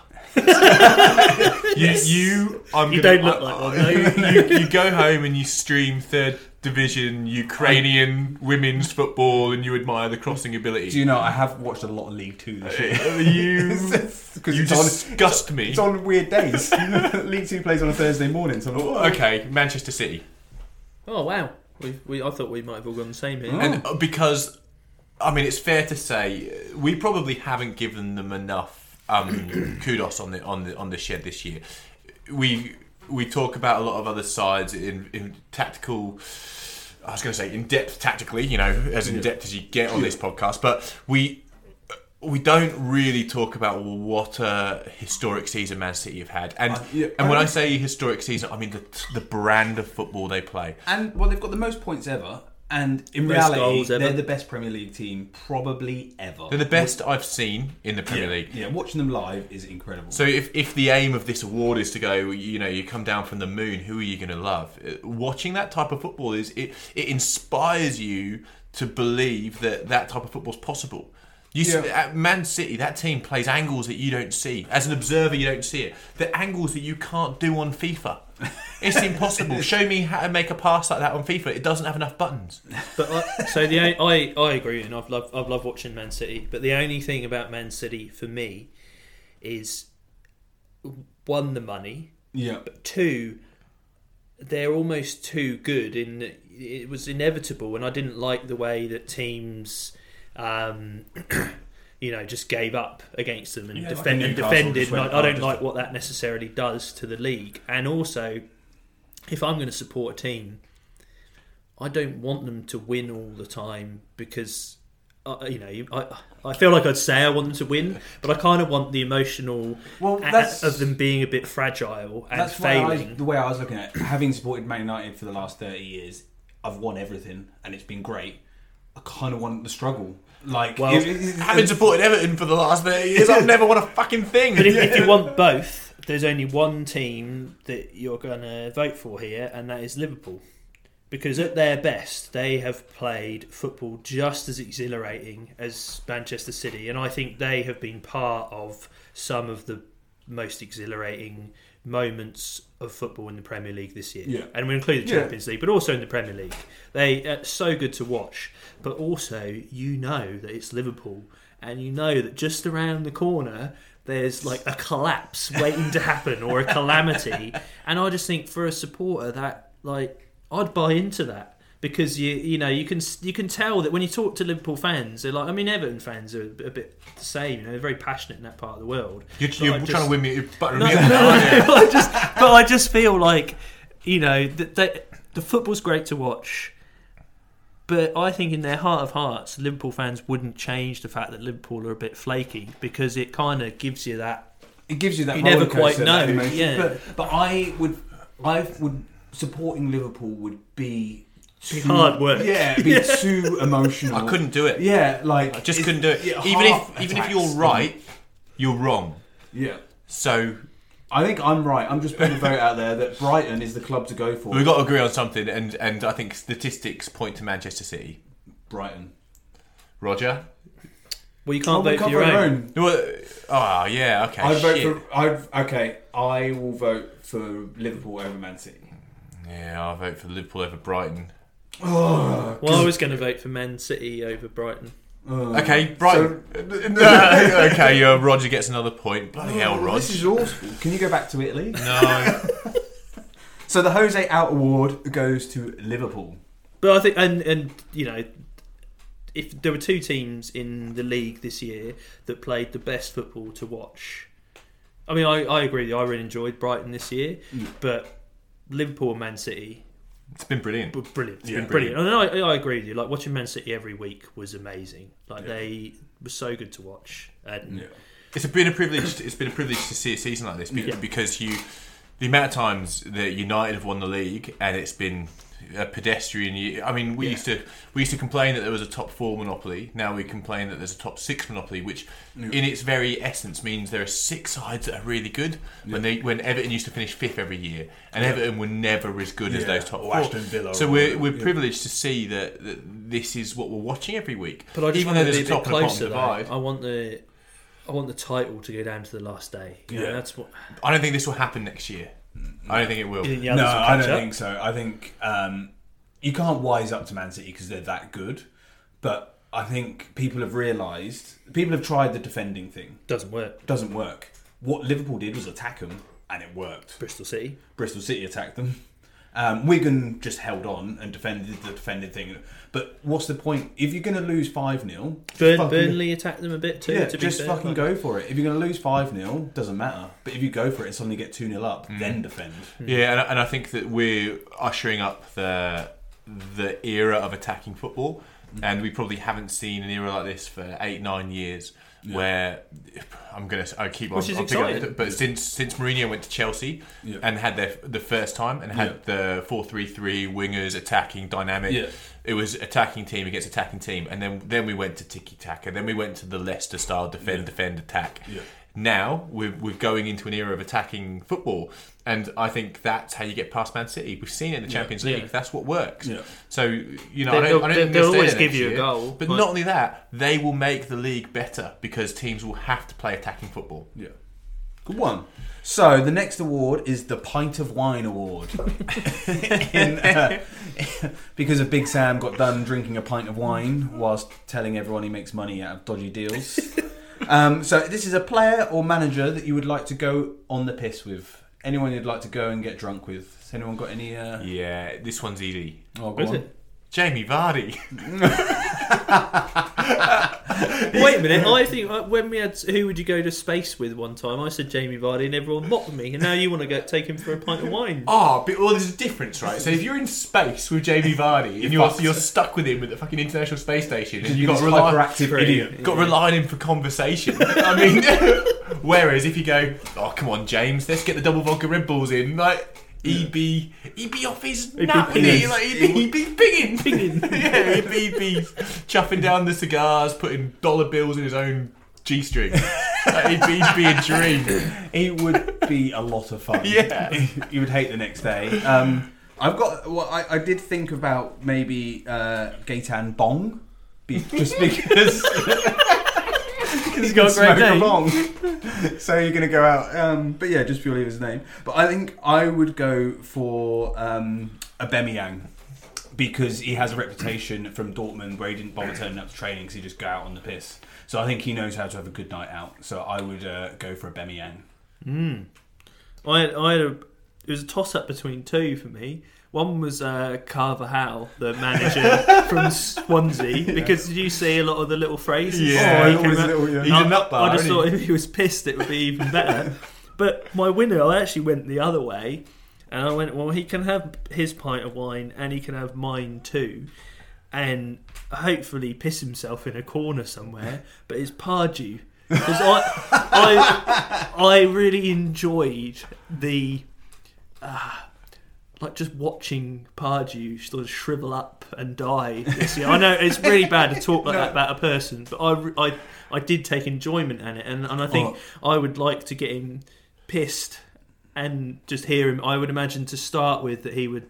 [SPEAKER 3] you, you, I'm
[SPEAKER 2] You
[SPEAKER 3] gonna-
[SPEAKER 2] don't look
[SPEAKER 3] I-
[SPEAKER 2] like one,
[SPEAKER 3] I- you, you go home and you stream third division Ukrainian women's football, and you admire the crossing ability.
[SPEAKER 1] Do you know I have watched a lot of League Two this year <laughs>
[SPEAKER 3] <laughs> you,
[SPEAKER 1] because
[SPEAKER 3] you
[SPEAKER 1] it's on.
[SPEAKER 3] disgust me.
[SPEAKER 1] It's on weird days. <laughs> League Two plays on a Thursday morning, so I'm like, "Whoa."
[SPEAKER 3] Okay, Manchester City,
[SPEAKER 2] Oh wow, we, we I thought we might have all gone the same here.
[SPEAKER 3] and
[SPEAKER 1] Oh.
[SPEAKER 3] uh, because I mean, it's fair to say uh, we probably haven't given them enough
[SPEAKER 1] <clears throat>
[SPEAKER 3] um, kudos on the on the on the shed this year. We we talk about a lot of other sides in, in tactical. I was going to say in depth tactically, you know, as in depth as you get on this podcast, but we uh, we don't really talk about what a historic season Man City have had, and
[SPEAKER 1] Uh, yeah,
[SPEAKER 3] and when
[SPEAKER 1] I-
[SPEAKER 3] I say historic season, I mean the the brand of football they play.
[SPEAKER 1] And well, they've got the most points ever, and in
[SPEAKER 2] Most
[SPEAKER 1] reality,
[SPEAKER 2] goals ever.
[SPEAKER 1] they're the best Premier League team probably ever.
[SPEAKER 3] They're the best I've seen in the Premier League.
[SPEAKER 1] Yeah, watching them live is incredible.
[SPEAKER 3] So if, if the aim of this award is to go, you know, you come down from the moon, who are you going to love? Uh, Watching that type of football is it it inspires you to believe that that type of football's possible. You s
[SPEAKER 1] Yeah.
[SPEAKER 3] at Man City, that team plays angles that you don't see. As an observer, you don't see it. The angles that you can't do on FIFA. It's impossible. Show me how to make a pass like that on FIFA. It doesn't have enough buttons.
[SPEAKER 2] But I, so the o- I I agree, and I've loved I've loved watching Man City. But the only thing about Man City for me is one the money,
[SPEAKER 1] yeah,
[SPEAKER 2] two they're almost too good. In that it was inevitable, and I didn't like the way that teams. Um, <clears throat> You know, just gave up against them and
[SPEAKER 1] Yeah, like
[SPEAKER 2] defend and
[SPEAKER 1] Newcastle
[SPEAKER 2] defended.
[SPEAKER 1] just
[SPEAKER 2] And
[SPEAKER 1] went,
[SPEAKER 2] I, I
[SPEAKER 1] "Oh,
[SPEAKER 2] don't
[SPEAKER 1] just-
[SPEAKER 2] like what that necessarily does to the league. And also, if I'm going to support a team, I don't want them to win all the time because, uh, you know, I, I feel like I'd say I want them to win, but I kind of want the emotional
[SPEAKER 1] Well,
[SPEAKER 2] a-
[SPEAKER 1] that's-
[SPEAKER 2] of them being a bit fragile and
[SPEAKER 1] that's why I, <laughs>
[SPEAKER 2] failing.
[SPEAKER 1] the way I was looking at it. Having supported Man United for the last thirty years, I've won everything, and it's been great. I kind of want the struggle. Like,
[SPEAKER 2] Well,
[SPEAKER 1] it- it- it-
[SPEAKER 3] Having supported Everton for the last 30 years, I've never won a fucking thing.
[SPEAKER 2] But if, if you want both, there's only one team that you're going to vote for here, and that is Liverpool. Because at their best, they have played football just as exhilarating as Manchester City, and I think they have been part of some of the most exhilarating moments of football in the Premier League this year.
[SPEAKER 1] Yeah.
[SPEAKER 2] And we include the
[SPEAKER 1] Yeah.
[SPEAKER 2] Champions League, but also in the Premier League. They are so good to watch, but also you know that it's Liverpool, and you know that just around the corner there's like a collapse waiting to happen or a
[SPEAKER 3] <laughs>
[SPEAKER 2] calamity. And I just think for a supporter that like I'd buy into that. because you you know you can you can tell that when you talk to Liverpool fans, they're like I mean Everton fans are a bit, a bit the same. You know, they're very passionate in that part of the world.
[SPEAKER 3] You're,
[SPEAKER 2] But
[SPEAKER 3] you're
[SPEAKER 2] I
[SPEAKER 3] trying
[SPEAKER 2] just-
[SPEAKER 3] to win me, you're buttering
[SPEAKER 2] no,
[SPEAKER 3] me
[SPEAKER 2] no, <laughs>
[SPEAKER 3] up.
[SPEAKER 2] I- I just, but I just feel like, you know, that that the football's great to watch, but I think in their heart of hearts, Liverpool fans wouldn't change the fact that Liverpool are a bit flaky because it kind of gives you that.
[SPEAKER 1] it gives you that.
[SPEAKER 2] You never
[SPEAKER 1] rollercoaster,
[SPEAKER 2] quite
[SPEAKER 1] that
[SPEAKER 2] know,
[SPEAKER 1] emotion.
[SPEAKER 2] yeah.
[SPEAKER 1] But, but I would, I would supporting Liverpool would be too,
[SPEAKER 5] hard work.
[SPEAKER 1] Yeah, it'd be too emotional.
[SPEAKER 3] <laughs> I couldn't do it.
[SPEAKER 1] Yeah, like
[SPEAKER 3] I just
[SPEAKER 1] it's-
[SPEAKER 3] couldn't do it.
[SPEAKER 1] yeah,
[SPEAKER 3] even
[SPEAKER 1] heart
[SPEAKER 3] if even if
[SPEAKER 1] attacks
[SPEAKER 3] you're
[SPEAKER 1] and-
[SPEAKER 3] right, you're wrong.
[SPEAKER 1] Yeah,
[SPEAKER 3] So
[SPEAKER 1] I think I'm right. I'm just putting a vote out there that Brighton is the club to go for.
[SPEAKER 3] we've got to agree on something, and and I think statistics point to Manchester City.
[SPEAKER 1] Brighton.
[SPEAKER 3] Roger.
[SPEAKER 2] Well, you can't
[SPEAKER 1] we
[SPEAKER 2] vote
[SPEAKER 1] can't
[SPEAKER 2] for your
[SPEAKER 1] vote
[SPEAKER 2] own.
[SPEAKER 1] our
[SPEAKER 3] Well, Oh yeah, okay.
[SPEAKER 1] I'd vote
[SPEAKER 3] shit.
[SPEAKER 1] for. I'd, okay, I will vote for Liverpool over Man City.
[SPEAKER 3] Yeah, I'll vote for Liverpool over Brighton.
[SPEAKER 1] Oh,
[SPEAKER 2] Well, I was going to vote for Man City over Brighton.
[SPEAKER 1] oh.
[SPEAKER 3] Okay, Brighton. <laughs> okay, uh, Roger gets another point. Bloody hell,
[SPEAKER 1] Oh,
[SPEAKER 3] Rog.
[SPEAKER 1] This is awful. Can you go back to Italy?
[SPEAKER 3] No.
[SPEAKER 1] So the Jose Out Award goes to Liverpool.
[SPEAKER 2] But I think, and and you know, if there were two teams in the league this year that played the best football to watch, I mean, I, I agree. with you. I really enjoyed Brighton this year,
[SPEAKER 3] Mm.
[SPEAKER 2] but Liverpool and Man City
[SPEAKER 3] It's been brilliant.
[SPEAKER 2] were brilliant,
[SPEAKER 3] Yeah.
[SPEAKER 2] brilliant. And I, I agree with you. Like watching Man City every week was amazing. Like they were so good to watch. And
[SPEAKER 3] It's been a privilege. It's been a privilege to see a season like this be-
[SPEAKER 2] Yeah.
[SPEAKER 3] because you, the amount of times that United have won the league and it's been a pedestrian year. I mean, we used to we used to complain that there was a top four monopoly. Now we complain that there's a top six monopoly, which in its very essence means there are six sides that are really good. When they when Everton used to finish fifth every year, and Everton were never as good as
[SPEAKER 1] Yeah.
[SPEAKER 3] those top
[SPEAKER 1] Or
[SPEAKER 3] four.
[SPEAKER 1] Aston Villa
[SPEAKER 3] so
[SPEAKER 1] or
[SPEAKER 3] we're
[SPEAKER 1] whatever.
[SPEAKER 3] we're
[SPEAKER 1] Yeah.
[SPEAKER 3] privileged to see that, that this is what we're watching every week.
[SPEAKER 2] but I just
[SPEAKER 3] even
[SPEAKER 2] want to
[SPEAKER 3] though there's
[SPEAKER 2] be a
[SPEAKER 3] a top
[SPEAKER 2] bit
[SPEAKER 3] and a bottom
[SPEAKER 2] closer. though.
[SPEAKER 3] divide,
[SPEAKER 2] I want the. I want the title to go down to the last day. yeah,
[SPEAKER 1] Yeah.
[SPEAKER 2] that's what.
[SPEAKER 3] I don't think this will happen next year. I don't think it will.
[SPEAKER 2] You think the
[SPEAKER 3] Yeah,
[SPEAKER 2] others
[SPEAKER 6] No,
[SPEAKER 2] will
[SPEAKER 6] I
[SPEAKER 2] catch
[SPEAKER 6] don't
[SPEAKER 2] up?
[SPEAKER 6] think so. I think um, you can't wise up to Man City because they're that good. But I think people have realised, people have tried the defending thing.
[SPEAKER 2] doesn't work.
[SPEAKER 6] Doesn't work. What Liverpool did was attack them, and it worked.
[SPEAKER 2] Bristol City.
[SPEAKER 6] Bristol City attacked them. Um, Wigan just held on and defended the defended thing. But what's the point? If you're going to lose 5 0,
[SPEAKER 2] Burn, Burnley attacked them a bit too.
[SPEAKER 6] yeah,
[SPEAKER 2] to be
[SPEAKER 6] just
[SPEAKER 2] fair.
[SPEAKER 6] fucking go for it. If you're going to lose 5 0, doesn't matter. But if you go for it and suddenly get 2 0
[SPEAKER 2] Mm.
[SPEAKER 6] up, then defend.
[SPEAKER 3] and, and I think that we're ushering up the the era of attacking football, and we probably haven't seen an era like this for eight nine years. Where I'm gonna, I keep on,
[SPEAKER 2] Which is
[SPEAKER 3] I'm picking on
[SPEAKER 2] exciting.
[SPEAKER 3] it, but since since Mourinho went to Chelsea
[SPEAKER 6] Yeah.
[SPEAKER 3] and had their the first time and had the four three three wingers attacking dynamic,
[SPEAKER 6] Yeah.
[SPEAKER 3] it was attacking team against attacking team, and then then we went to tiki taka, then we went to the Leicester style defend, defend, attack. Now we're, we're going into an era of attacking football, and I think that's how you get past Man City. We've seen it in the Champions League;
[SPEAKER 2] Yeah.
[SPEAKER 3] that's what works.
[SPEAKER 6] Yeah.
[SPEAKER 3] So you know,
[SPEAKER 2] They-
[SPEAKER 3] I don't, I
[SPEAKER 2] they'll-
[SPEAKER 3] don't think
[SPEAKER 2] they'll
[SPEAKER 3] they'll stay
[SPEAKER 2] always
[SPEAKER 3] there
[SPEAKER 2] give
[SPEAKER 3] next
[SPEAKER 2] you a
[SPEAKER 3] year.
[SPEAKER 2] goal,
[SPEAKER 3] but
[SPEAKER 2] but-
[SPEAKER 3] not only that, they will make the league better because teams will have to play attacking football.
[SPEAKER 6] Yeah. Good one. So the next award is the Pint of Wine Award. <laughs> In, uh, <laughs> because of Big Sam got done drinking a pint of wine whilst telling everyone he makes money out of dodgy
[SPEAKER 2] <laughs>
[SPEAKER 6] deals. Um, so this is a player or manager that you would like to go on the piss with. Anyone you'd like to go and get drunk with. Has anyone got any? Uh...
[SPEAKER 3] Yeah, this one's easy.
[SPEAKER 6] Oh, go
[SPEAKER 2] What is
[SPEAKER 6] on.
[SPEAKER 2] it?
[SPEAKER 3] Jamie Vardy. <laughs>
[SPEAKER 2] Wait a minute. I think uh, when we had who would you go to space with one time, I said Jamie Vardy, and everyone mocked me. And now you want to go take him for a pint of wine?
[SPEAKER 3] Oh, but, well, there's a difference, right? So if you're in space with <laughs> Jamie Vardy and you're
[SPEAKER 6] fucked.
[SPEAKER 3] you're stuck with him at the fucking International Space Station, and
[SPEAKER 6] Just
[SPEAKER 3] you
[SPEAKER 6] be
[SPEAKER 3] <laughs> got
[SPEAKER 6] this
[SPEAKER 3] to rely,
[SPEAKER 6] hyperactive
[SPEAKER 2] Idiot.
[SPEAKER 6] idiot.
[SPEAKER 3] got to rely on him for conversation. I mean, <laughs> whereas if you go, oh come on, James, let's get the double vodka Red Bulls in, like he'd be he'd be off his
[SPEAKER 2] be
[SPEAKER 3] nut, wouldn't he?
[SPEAKER 2] pinging.
[SPEAKER 3] Like, he'd, be, he'd be <laughs> pinging, yeah, he'd be, he'd be chuffing down the cigars, putting dollar bills in his own g <laughs> string. Like, he'd, be, he'd be a dream.
[SPEAKER 6] It
[SPEAKER 2] <laughs>
[SPEAKER 6] would be a lot of fun.
[SPEAKER 3] Yeah.
[SPEAKER 6] <laughs> you would hate the next day. Um,
[SPEAKER 1] I've got. Well, I, I did think about maybe uh,
[SPEAKER 6] Gaitan Bong, be, just because.
[SPEAKER 2] <laughs> He's got a great
[SPEAKER 1] Smoke a
[SPEAKER 6] <laughs>
[SPEAKER 2] name.
[SPEAKER 1] bong. so you're going to go out. Um, but yeah, just purely his name. But I think I would go for. Um,
[SPEAKER 6] Aubameyang because he has a reputation from Dortmund where he didn't bother turning up to training because he just go out on the piss. So I think he knows how to have a good night out. So I would uh, go for Aubameyang.
[SPEAKER 2] I had, I had a, it was a toss up between two for me. One was uh, Carver Howe, the
[SPEAKER 6] <laughs>
[SPEAKER 2] manager from Swansea, because did you see a lot of the little phrases?
[SPEAKER 3] Yeah.
[SPEAKER 2] that
[SPEAKER 3] Oh,
[SPEAKER 2] he came
[SPEAKER 6] all his
[SPEAKER 2] out-
[SPEAKER 6] little- yeah.
[SPEAKER 3] He's a nut bar,
[SPEAKER 2] I just
[SPEAKER 3] isn't he?
[SPEAKER 2] thought if he was pissed, it would be even better. but my winner, I actually went the other way, and I went, well, he can have his pint of wine, and he can have mine too, and hopefully piss himself in a corner somewhere. But it's Pardew. Because I, I, I really enjoyed the like just watching Pardew sort of shrivel up and die this year. I know it's really bad to talk
[SPEAKER 3] <laughs>
[SPEAKER 2] like that about a person, but I, re- I, I did take enjoyment in it, and, and I think
[SPEAKER 3] Oh.
[SPEAKER 2] I would like to get him pissed and just hear him. I would imagine to start with that he would.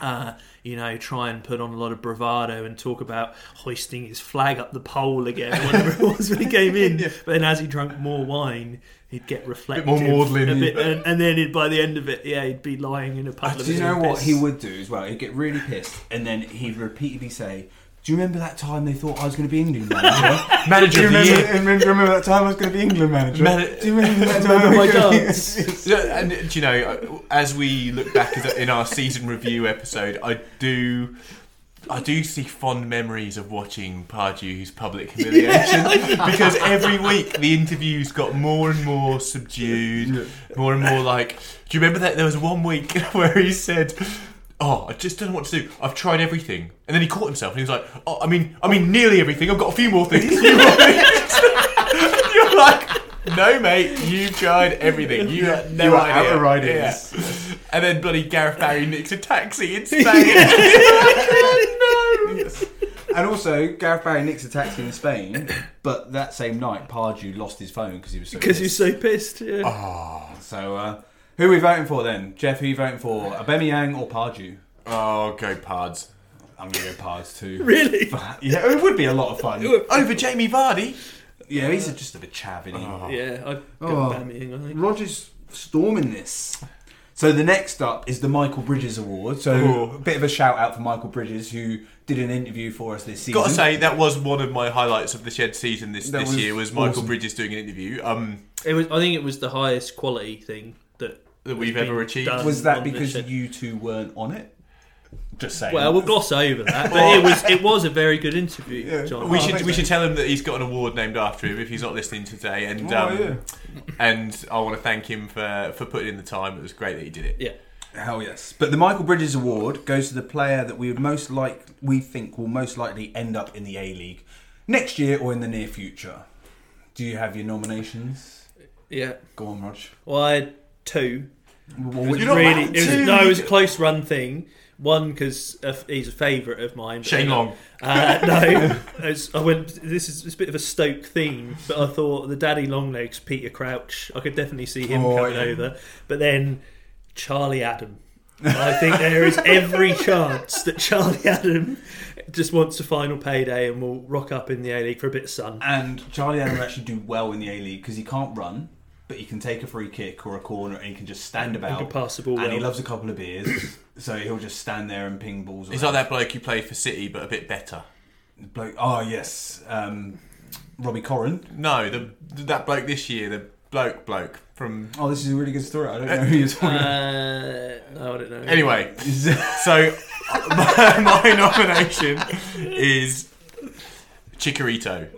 [SPEAKER 2] Uh, you know, try and put on a lot of bravado and talk about hoisting his flag up the pole again, whatever it was when he came
[SPEAKER 3] <laughs>
[SPEAKER 2] in. But then, as he drank more wine, he'd get reflective,
[SPEAKER 3] more maudlin.
[SPEAKER 2] a bit, and, and then he'd, by the end of it, yeah, he'd be lying in a puddle. of
[SPEAKER 1] Uh, Do you know
[SPEAKER 2] piss.
[SPEAKER 1] what he would do as well? He'd get really pissed, and then he'd repeatedly say, "Do you remember that time they thought I was going to be England
[SPEAKER 2] <laughs>
[SPEAKER 1] manager?
[SPEAKER 3] Manager of the year.
[SPEAKER 6] remember, remember that time I was going to be England manager?
[SPEAKER 3] Man-
[SPEAKER 6] Do you remember that time?
[SPEAKER 2] Remember
[SPEAKER 6] I
[SPEAKER 2] my
[SPEAKER 6] was gonna be-
[SPEAKER 2] dance?
[SPEAKER 3] <laughs> Yeah, and uh, do you know, uh, as we look back at the- in our season review episode, I do. I do see fond memories of watching Pardew's public humiliation because every week the interviews got more and more subdued, more and more like. Do you remember that there was one week <laughs> where he said, "Oh, I just don't know what to do. I've tried everything," and then he caught himself and he was like, "Oh, I mean, I mean, nearly everything. I've got a few more things." Few more things. You're <laughs> like, "No, mate, you've tried everything. You had no
[SPEAKER 6] You are
[SPEAKER 3] idea."
[SPEAKER 6] out of
[SPEAKER 3] Yeah.
[SPEAKER 6] ideas.
[SPEAKER 3] And then bloody Gareth Barry nicks a taxi
[SPEAKER 1] <laughs>
[SPEAKER 3] in Spain. no.
[SPEAKER 1] And also, Gareth Barry nicks a taxi in Spain, but that same night, Pardew lost his phone because he was so
[SPEAKER 2] Because
[SPEAKER 1] pissed.
[SPEAKER 2] he's so pissed. Yeah.
[SPEAKER 1] Oh, So, uh, who are we voting for then? Jeff, who are you voting for? Aubameyang or Pardew?
[SPEAKER 3] Oh, go Pards.
[SPEAKER 1] I'm going to go Pards too.
[SPEAKER 2] <laughs> Really?
[SPEAKER 1] Yeah, it would be a lot of fun.
[SPEAKER 3] Over Jamie Vardy.
[SPEAKER 1] Yeah, he's just a bit chav, isn't he?
[SPEAKER 2] Yeah, I've got
[SPEAKER 1] Oh.
[SPEAKER 2] Bamiang, I think.
[SPEAKER 1] Roger's storming this. So the next up is the Michael Bridges Award. So a bit of a shout out for Michael Bridges, who did an interview for us this season.
[SPEAKER 3] Gotta say that was one of my highlights of the shed season this,
[SPEAKER 1] Mhm. That
[SPEAKER 3] this
[SPEAKER 1] was
[SPEAKER 3] year was Michael
[SPEAKER 1] awesome.
[SPEAKER 3] Bridges doing an interview um,
[SPEAKER 2] It was. I think it was the highest quality thing that.
[SPEAKER 3] that we've
[SPEAKER 2] been
[SPEAKER 3] ever achieved.
[SPEAKER 2] done.
[SPEAKER 1] was that
[SPEAKER 2] on the
[SPEAKER 1] because
[SPEAKER 2] shed.
[SPEAKER 1] you two weren't on it? Just saying.
[SPEAKER 2] Well, we'll gloss over that, but it was it was a very good interview, John.
[SPEAKER 3] We should we should tell him that he's got an award named after him if he's not listening today. And
[SPEAKER 6] Oh,
[SPEAKER 3] um, and I want to thank him for for putting in the time. It was great that he did it.
[SPEAKER 2] Yeah.
[SPEAKER 1] Hell yes. But the Michael Bridges Award goes to the player that we would most like we think will most likely end up in the A League next year or in the near future. Do you have your nominations?
[SPEAKER 2] Yeah.
[SPEAKER 1] Go on, Rog.
[SPEAKER 2] Well, I had two.
[SPEAKER 1] Well,
[SPEAKER 2] It was
[SPEAKER 1] which-
[SPEAKER 3] not
[SPEAKER 2] really,
[SPEAKER 3] allowed
[SPEAKER 2] it was,
[SPEAKER 3] to.
[SPEAKER 2] no, it was a close run thing. One because he's a favourite of mine. but
[SPEAKER 3] Shane
[SPEAKER 2] then-
[SPEAKER 3] Long.
[SPEAKER 2] Uh, no, <laughs> As I went. This is it's a bit of a Stoke theme, but I thought the Daddy Long Legs, Peter Crouch, I could definitely see him
[SPEAKER 1] Oh,
[SPEAKER 2] coming
[SPEAKER 1] yeah.
[SPEAKER 2] over. But then Charlie Adam. I think there is
[SPEAKER 1] <laughs>
[SPEAKER 2] every chance that Charlie Adam just wants a final payday and will rock up in the A League for a bit of sun.
[SPEAKER 1] and Charlie Adam actually do well in the A League because he can't run, but he can take a free kick or a corner and he can just stand about.
[SPEAKER 2] can pass the ball
[SPEAKER 1] and he
[SPEAKER 2] well.
[SPEAKER 1] loves a couple of beers, <coughs> so he'll just stand there and ping balls.
[SPEAKER 3] He's like
[SPEAKER 1] around.
[SPEAKER 3] that bloke who played for City but a bit better.
[SPEAKER 1] bloke. Oh yes, um, Robbie Corrin.
[SPEAKER 3] No, the that bloke this year, the bloke bloke from
[SPEAKER 1] Oh, this is a really good story. I don't know who
[SPEAKER 2] <laughs>
[SPEAKER 1] you're talking about.
[SPEAKER 2] Uh, no, I don't know.
[SPEAKER 3] Anyway, so <laughs> my, my nomination is Chikorito.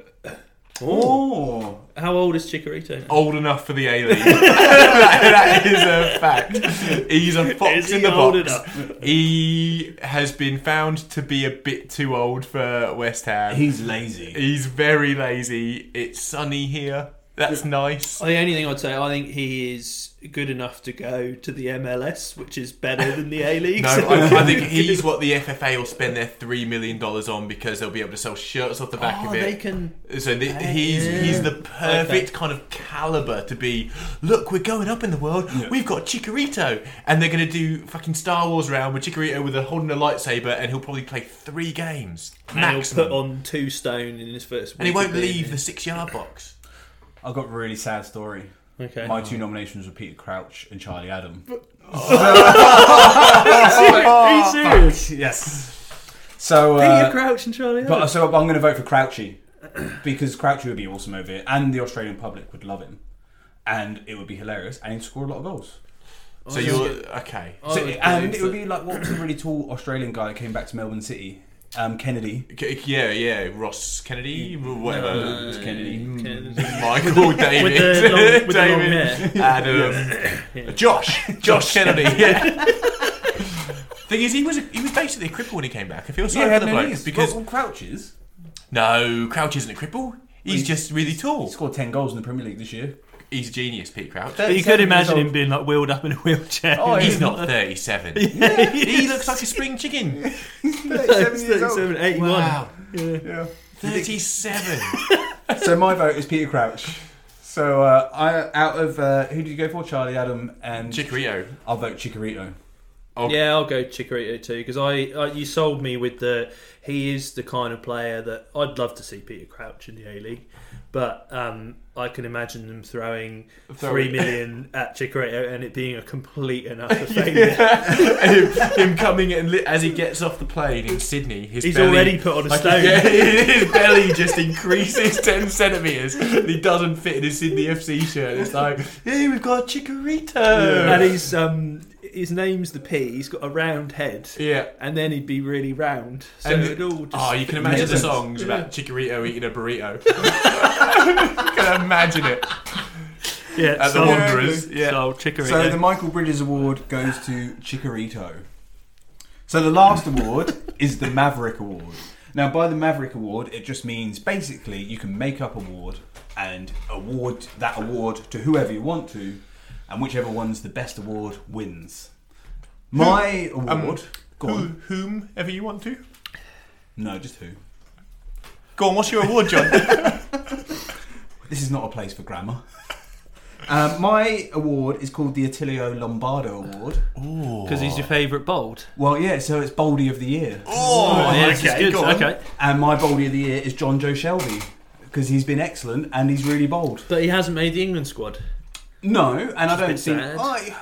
[SPEAKER 1] Oh,
[SPEAKER 2] How old is Chikorito? now?
[SPEAKER 3] Old enough for the A League. <laughs> that is a fact. He's a fox
[SPEAKER 2] Is he
[SPEAKER 3] in the
[SPEAKER 2] old
[SPEAKER 3] box.
[SPEAKER 2] enough?
[SPEAKER 3] He has been found to be a bit too old for West Ham.
[SPEAKER 1] Oh, he's lazy.
[SPEAKER 3] He's very lazy. It's sunny here. That's nice.
[SPEAKER 2] The only thing I'd say, I think he is good enough to go to the MLS, which is better than the A League.
[SPEAKER 3] No,
[SPEAKER 2] <laughs>
[SPEAKER 3] I, I think he's what the FFA will spend their three million dollars on because they'll be able to sell shirts off the back
[SPEAKER 2] Oh,
[SPEAKER 3] of it.
[SPEAKER 2] they can.
[SPEAKER 3] So the, he's
[SPEAKER 2] yeah.
[SPEAKER 3] he's the perfect kind of caliber to be. Look, we're going up in the world. We've got Chikorito, and they're going to do fucking Star Wars round with Chikorito with a holding a lightsaber, and he'll probably play three games
[SPEAKER 2] And he'll
[SPEAKER 3] maximum.
[SPEAKER 2] put on two stone in his first.
[SPEAKER 3] and he
[SPEAKER 2] week
[SPEAKER 3] won't
[SPEAKER 2] of being
[SPEAKER 3] leave
[SPEAKER 2] here.
[SPEAKER 3] the six yard box.
[SPEAKER 1] I've got a really sad story.
[SPEAKER 2] Okay.
[SPEAKER 1] My two nominations were Peter Crouch and Charlie Adam. Oh,
[SPEAKER 2] Are you serious?
[SPEAKER 1] yes. So,
[SPEAKER 2] Peter
[SPEAKER 1] uh,
[SPEAKER 2] Crouch and Charlie.
[SPEAKER 1] but
[SPEAKER 2] Hunnam.
[SPEAKER 1] so I'm going to vote for Crouchy <clears throat> because Crouchy would be awesome over here, and the Australian public would love him, and it would be hilarious, and he'd score a lot of goals.
[SPEAKER 2] Oh,
[SPEAKER 3] So you're okay.
[SPEAKER 2] I
[SPEAKER 1] So,
[SPEAKER 2] would
[SPEAKER 1] and
[SPEAKER 2] believe
[SPEAKER 1] it would
[SPEAKER 2] that-
[SPEAKER 1] be like what was the really tall Australian guy that came back to Melbourne City? Um, Kennedy.
[SPEAKER 3] K- Yeah, yeah. Ross Kennedy, whatever.
[SPEAKER 1] No, it was
[SPEAKER 2] Mm.
[SPEAKER 1] Kennedy. Mm.
[SPEAKER 3] Michael <laughs> David,
[SPEAKER 5] With the long- with the long
[SPEAKER 3] David,
[SPEAKER 5] hair.
[SPEAKER 3] Adam, <coughs> Josh, Josh Kennedy. Yeah. <laughs> Thing is, he was he was basically a cripple when he came back. I feel sorry for the bloke
[SPEAKER 1] knees.
[SPEAKER 3] because
[SPEAKER 1] Well, Crouches
[SPEAKER 3] no, Crouch isn't a cripple. He's just really tall.
[SPEAKER 1] scored ten goals in the Premier League this year.
[SPEAKER 3] He's a genius, Pete Crouch.
[SPEAKER 2] But you
[SPEAKER 1] 37
[SPEAKER 2] could
[SPEAKER 1] years
[SPEAKER 2] imagine him
[SPEAKER 1] old.
[SPEAKER 2] being like wheeled up in a wheelchair.
[SPEAKER 1] Oh, yeah. <laughs>
[SPEAKER 3] He's not 37. <laughs> He
[SPEAKER 2] <laughs>
[SPEAKER 3] looks like a spring <laughs> chicken.
[SPEAKER 1] 37 years old.
[SPEAKER 2] 37, 81.
[SPEAKER 1] Yeah.
[SPEAKER 3] 37. <laughs>
[SPEAKER 1] So my vote is Peter Crouch. So uh, I out of uh, who did you go for? Charlie Adam and
[SPEAKER 3] Chicorio.
[SPEAKER 1] I'll vote Chikorito.
[SPEAKER 2] Yeah, I'll go Chikorito too because I, I you sold me with the he is the kind of player that I'd love to see Peter Crouch in the A League, but um, I can imagine them throwing three million
[SPEAKER 3] <laughs>
[SPEAKER 2] at Chikorito and it being a complete and utter failure.
[SPEAKER 3] <laughs> him, him coming in li- as he gets off the plane in Sydney. His
[SPEAKER 5] He's
[SPEAKER 3] belly-
[SPEAKER 5] already put on a
[SPEAKER 3] like,
[SPEAKER 5] stone.
[SPEAKER 2] <laughs>
[SPEAKER 3] yeah, <laughs> his belly just increases ten centimeters. And he doesn't fit in his Sydney FC shirt. It's like, hey, we've got Chikorito.
[SPEAKER 5] Yeah.
[SPEAKER 2] and he's um his name's the P. He's got a round head,
[SPEAKER 3] Yeah.
[SPEAKER 2] and then he'd be really round. So
[SPEAKER 3] And-
[SPEAKER 2] it all just
[SPEAKER 3] Oh, you can imagine the songs about Chikorito eating a burrito. <laughs> can imagine it
[SPEAKER 5] yeah,
[SPEAKER 3] at the
[SPEAKER 5] so-
[SPEAKER 3] Wanderers. Yeah.
[SPEAKER 5] So chicory.
[SPEAKER 1] So the Michael Bridges Award goes to Chikorito. So the last award
[SPEAKER 3] <laughs>
[SPEAKER 1] is the Maverick Award. Now, by the Maverick Award, it just means basically you can make up award and award that award to whoever you want to, and whichever one's the best award wins. My award. go
[SPEAKER 3] Um, Who,
[SPEAKER 1] on.
[SPEAKER 3] whomever you want to.
[SPEAKER 1] No, just who.
[SPEAKER 3] Go on, what's your award, John?
[SPEAKER 1] This is not a place for grammar. <laughs> Um, my award is called the Attilio Lombardo Award.
[SPEAKER 2] because he's your favourite bold.
[SPEAKER 1] Well, yeah, so it's Baldy of the Year.
[SPEAKER 3] oh,
[SPEAKER 2] yeah, this is good.
[SPEAKER 3] go on.
[SPEAKER 2] Okay,
[SPEAKER 1] And my Baldy of the Year is John Joe Shelby because he's been excellent and he's really bold.
[SPEAKER 2] but he hasn't made the England squad.
[SPEAKER 1] No, and I don't
[SPEAKER 2] Just a bit
[SPEAKER 1] think
[SPEAKER 2] sad.
[SPEAKER 1] I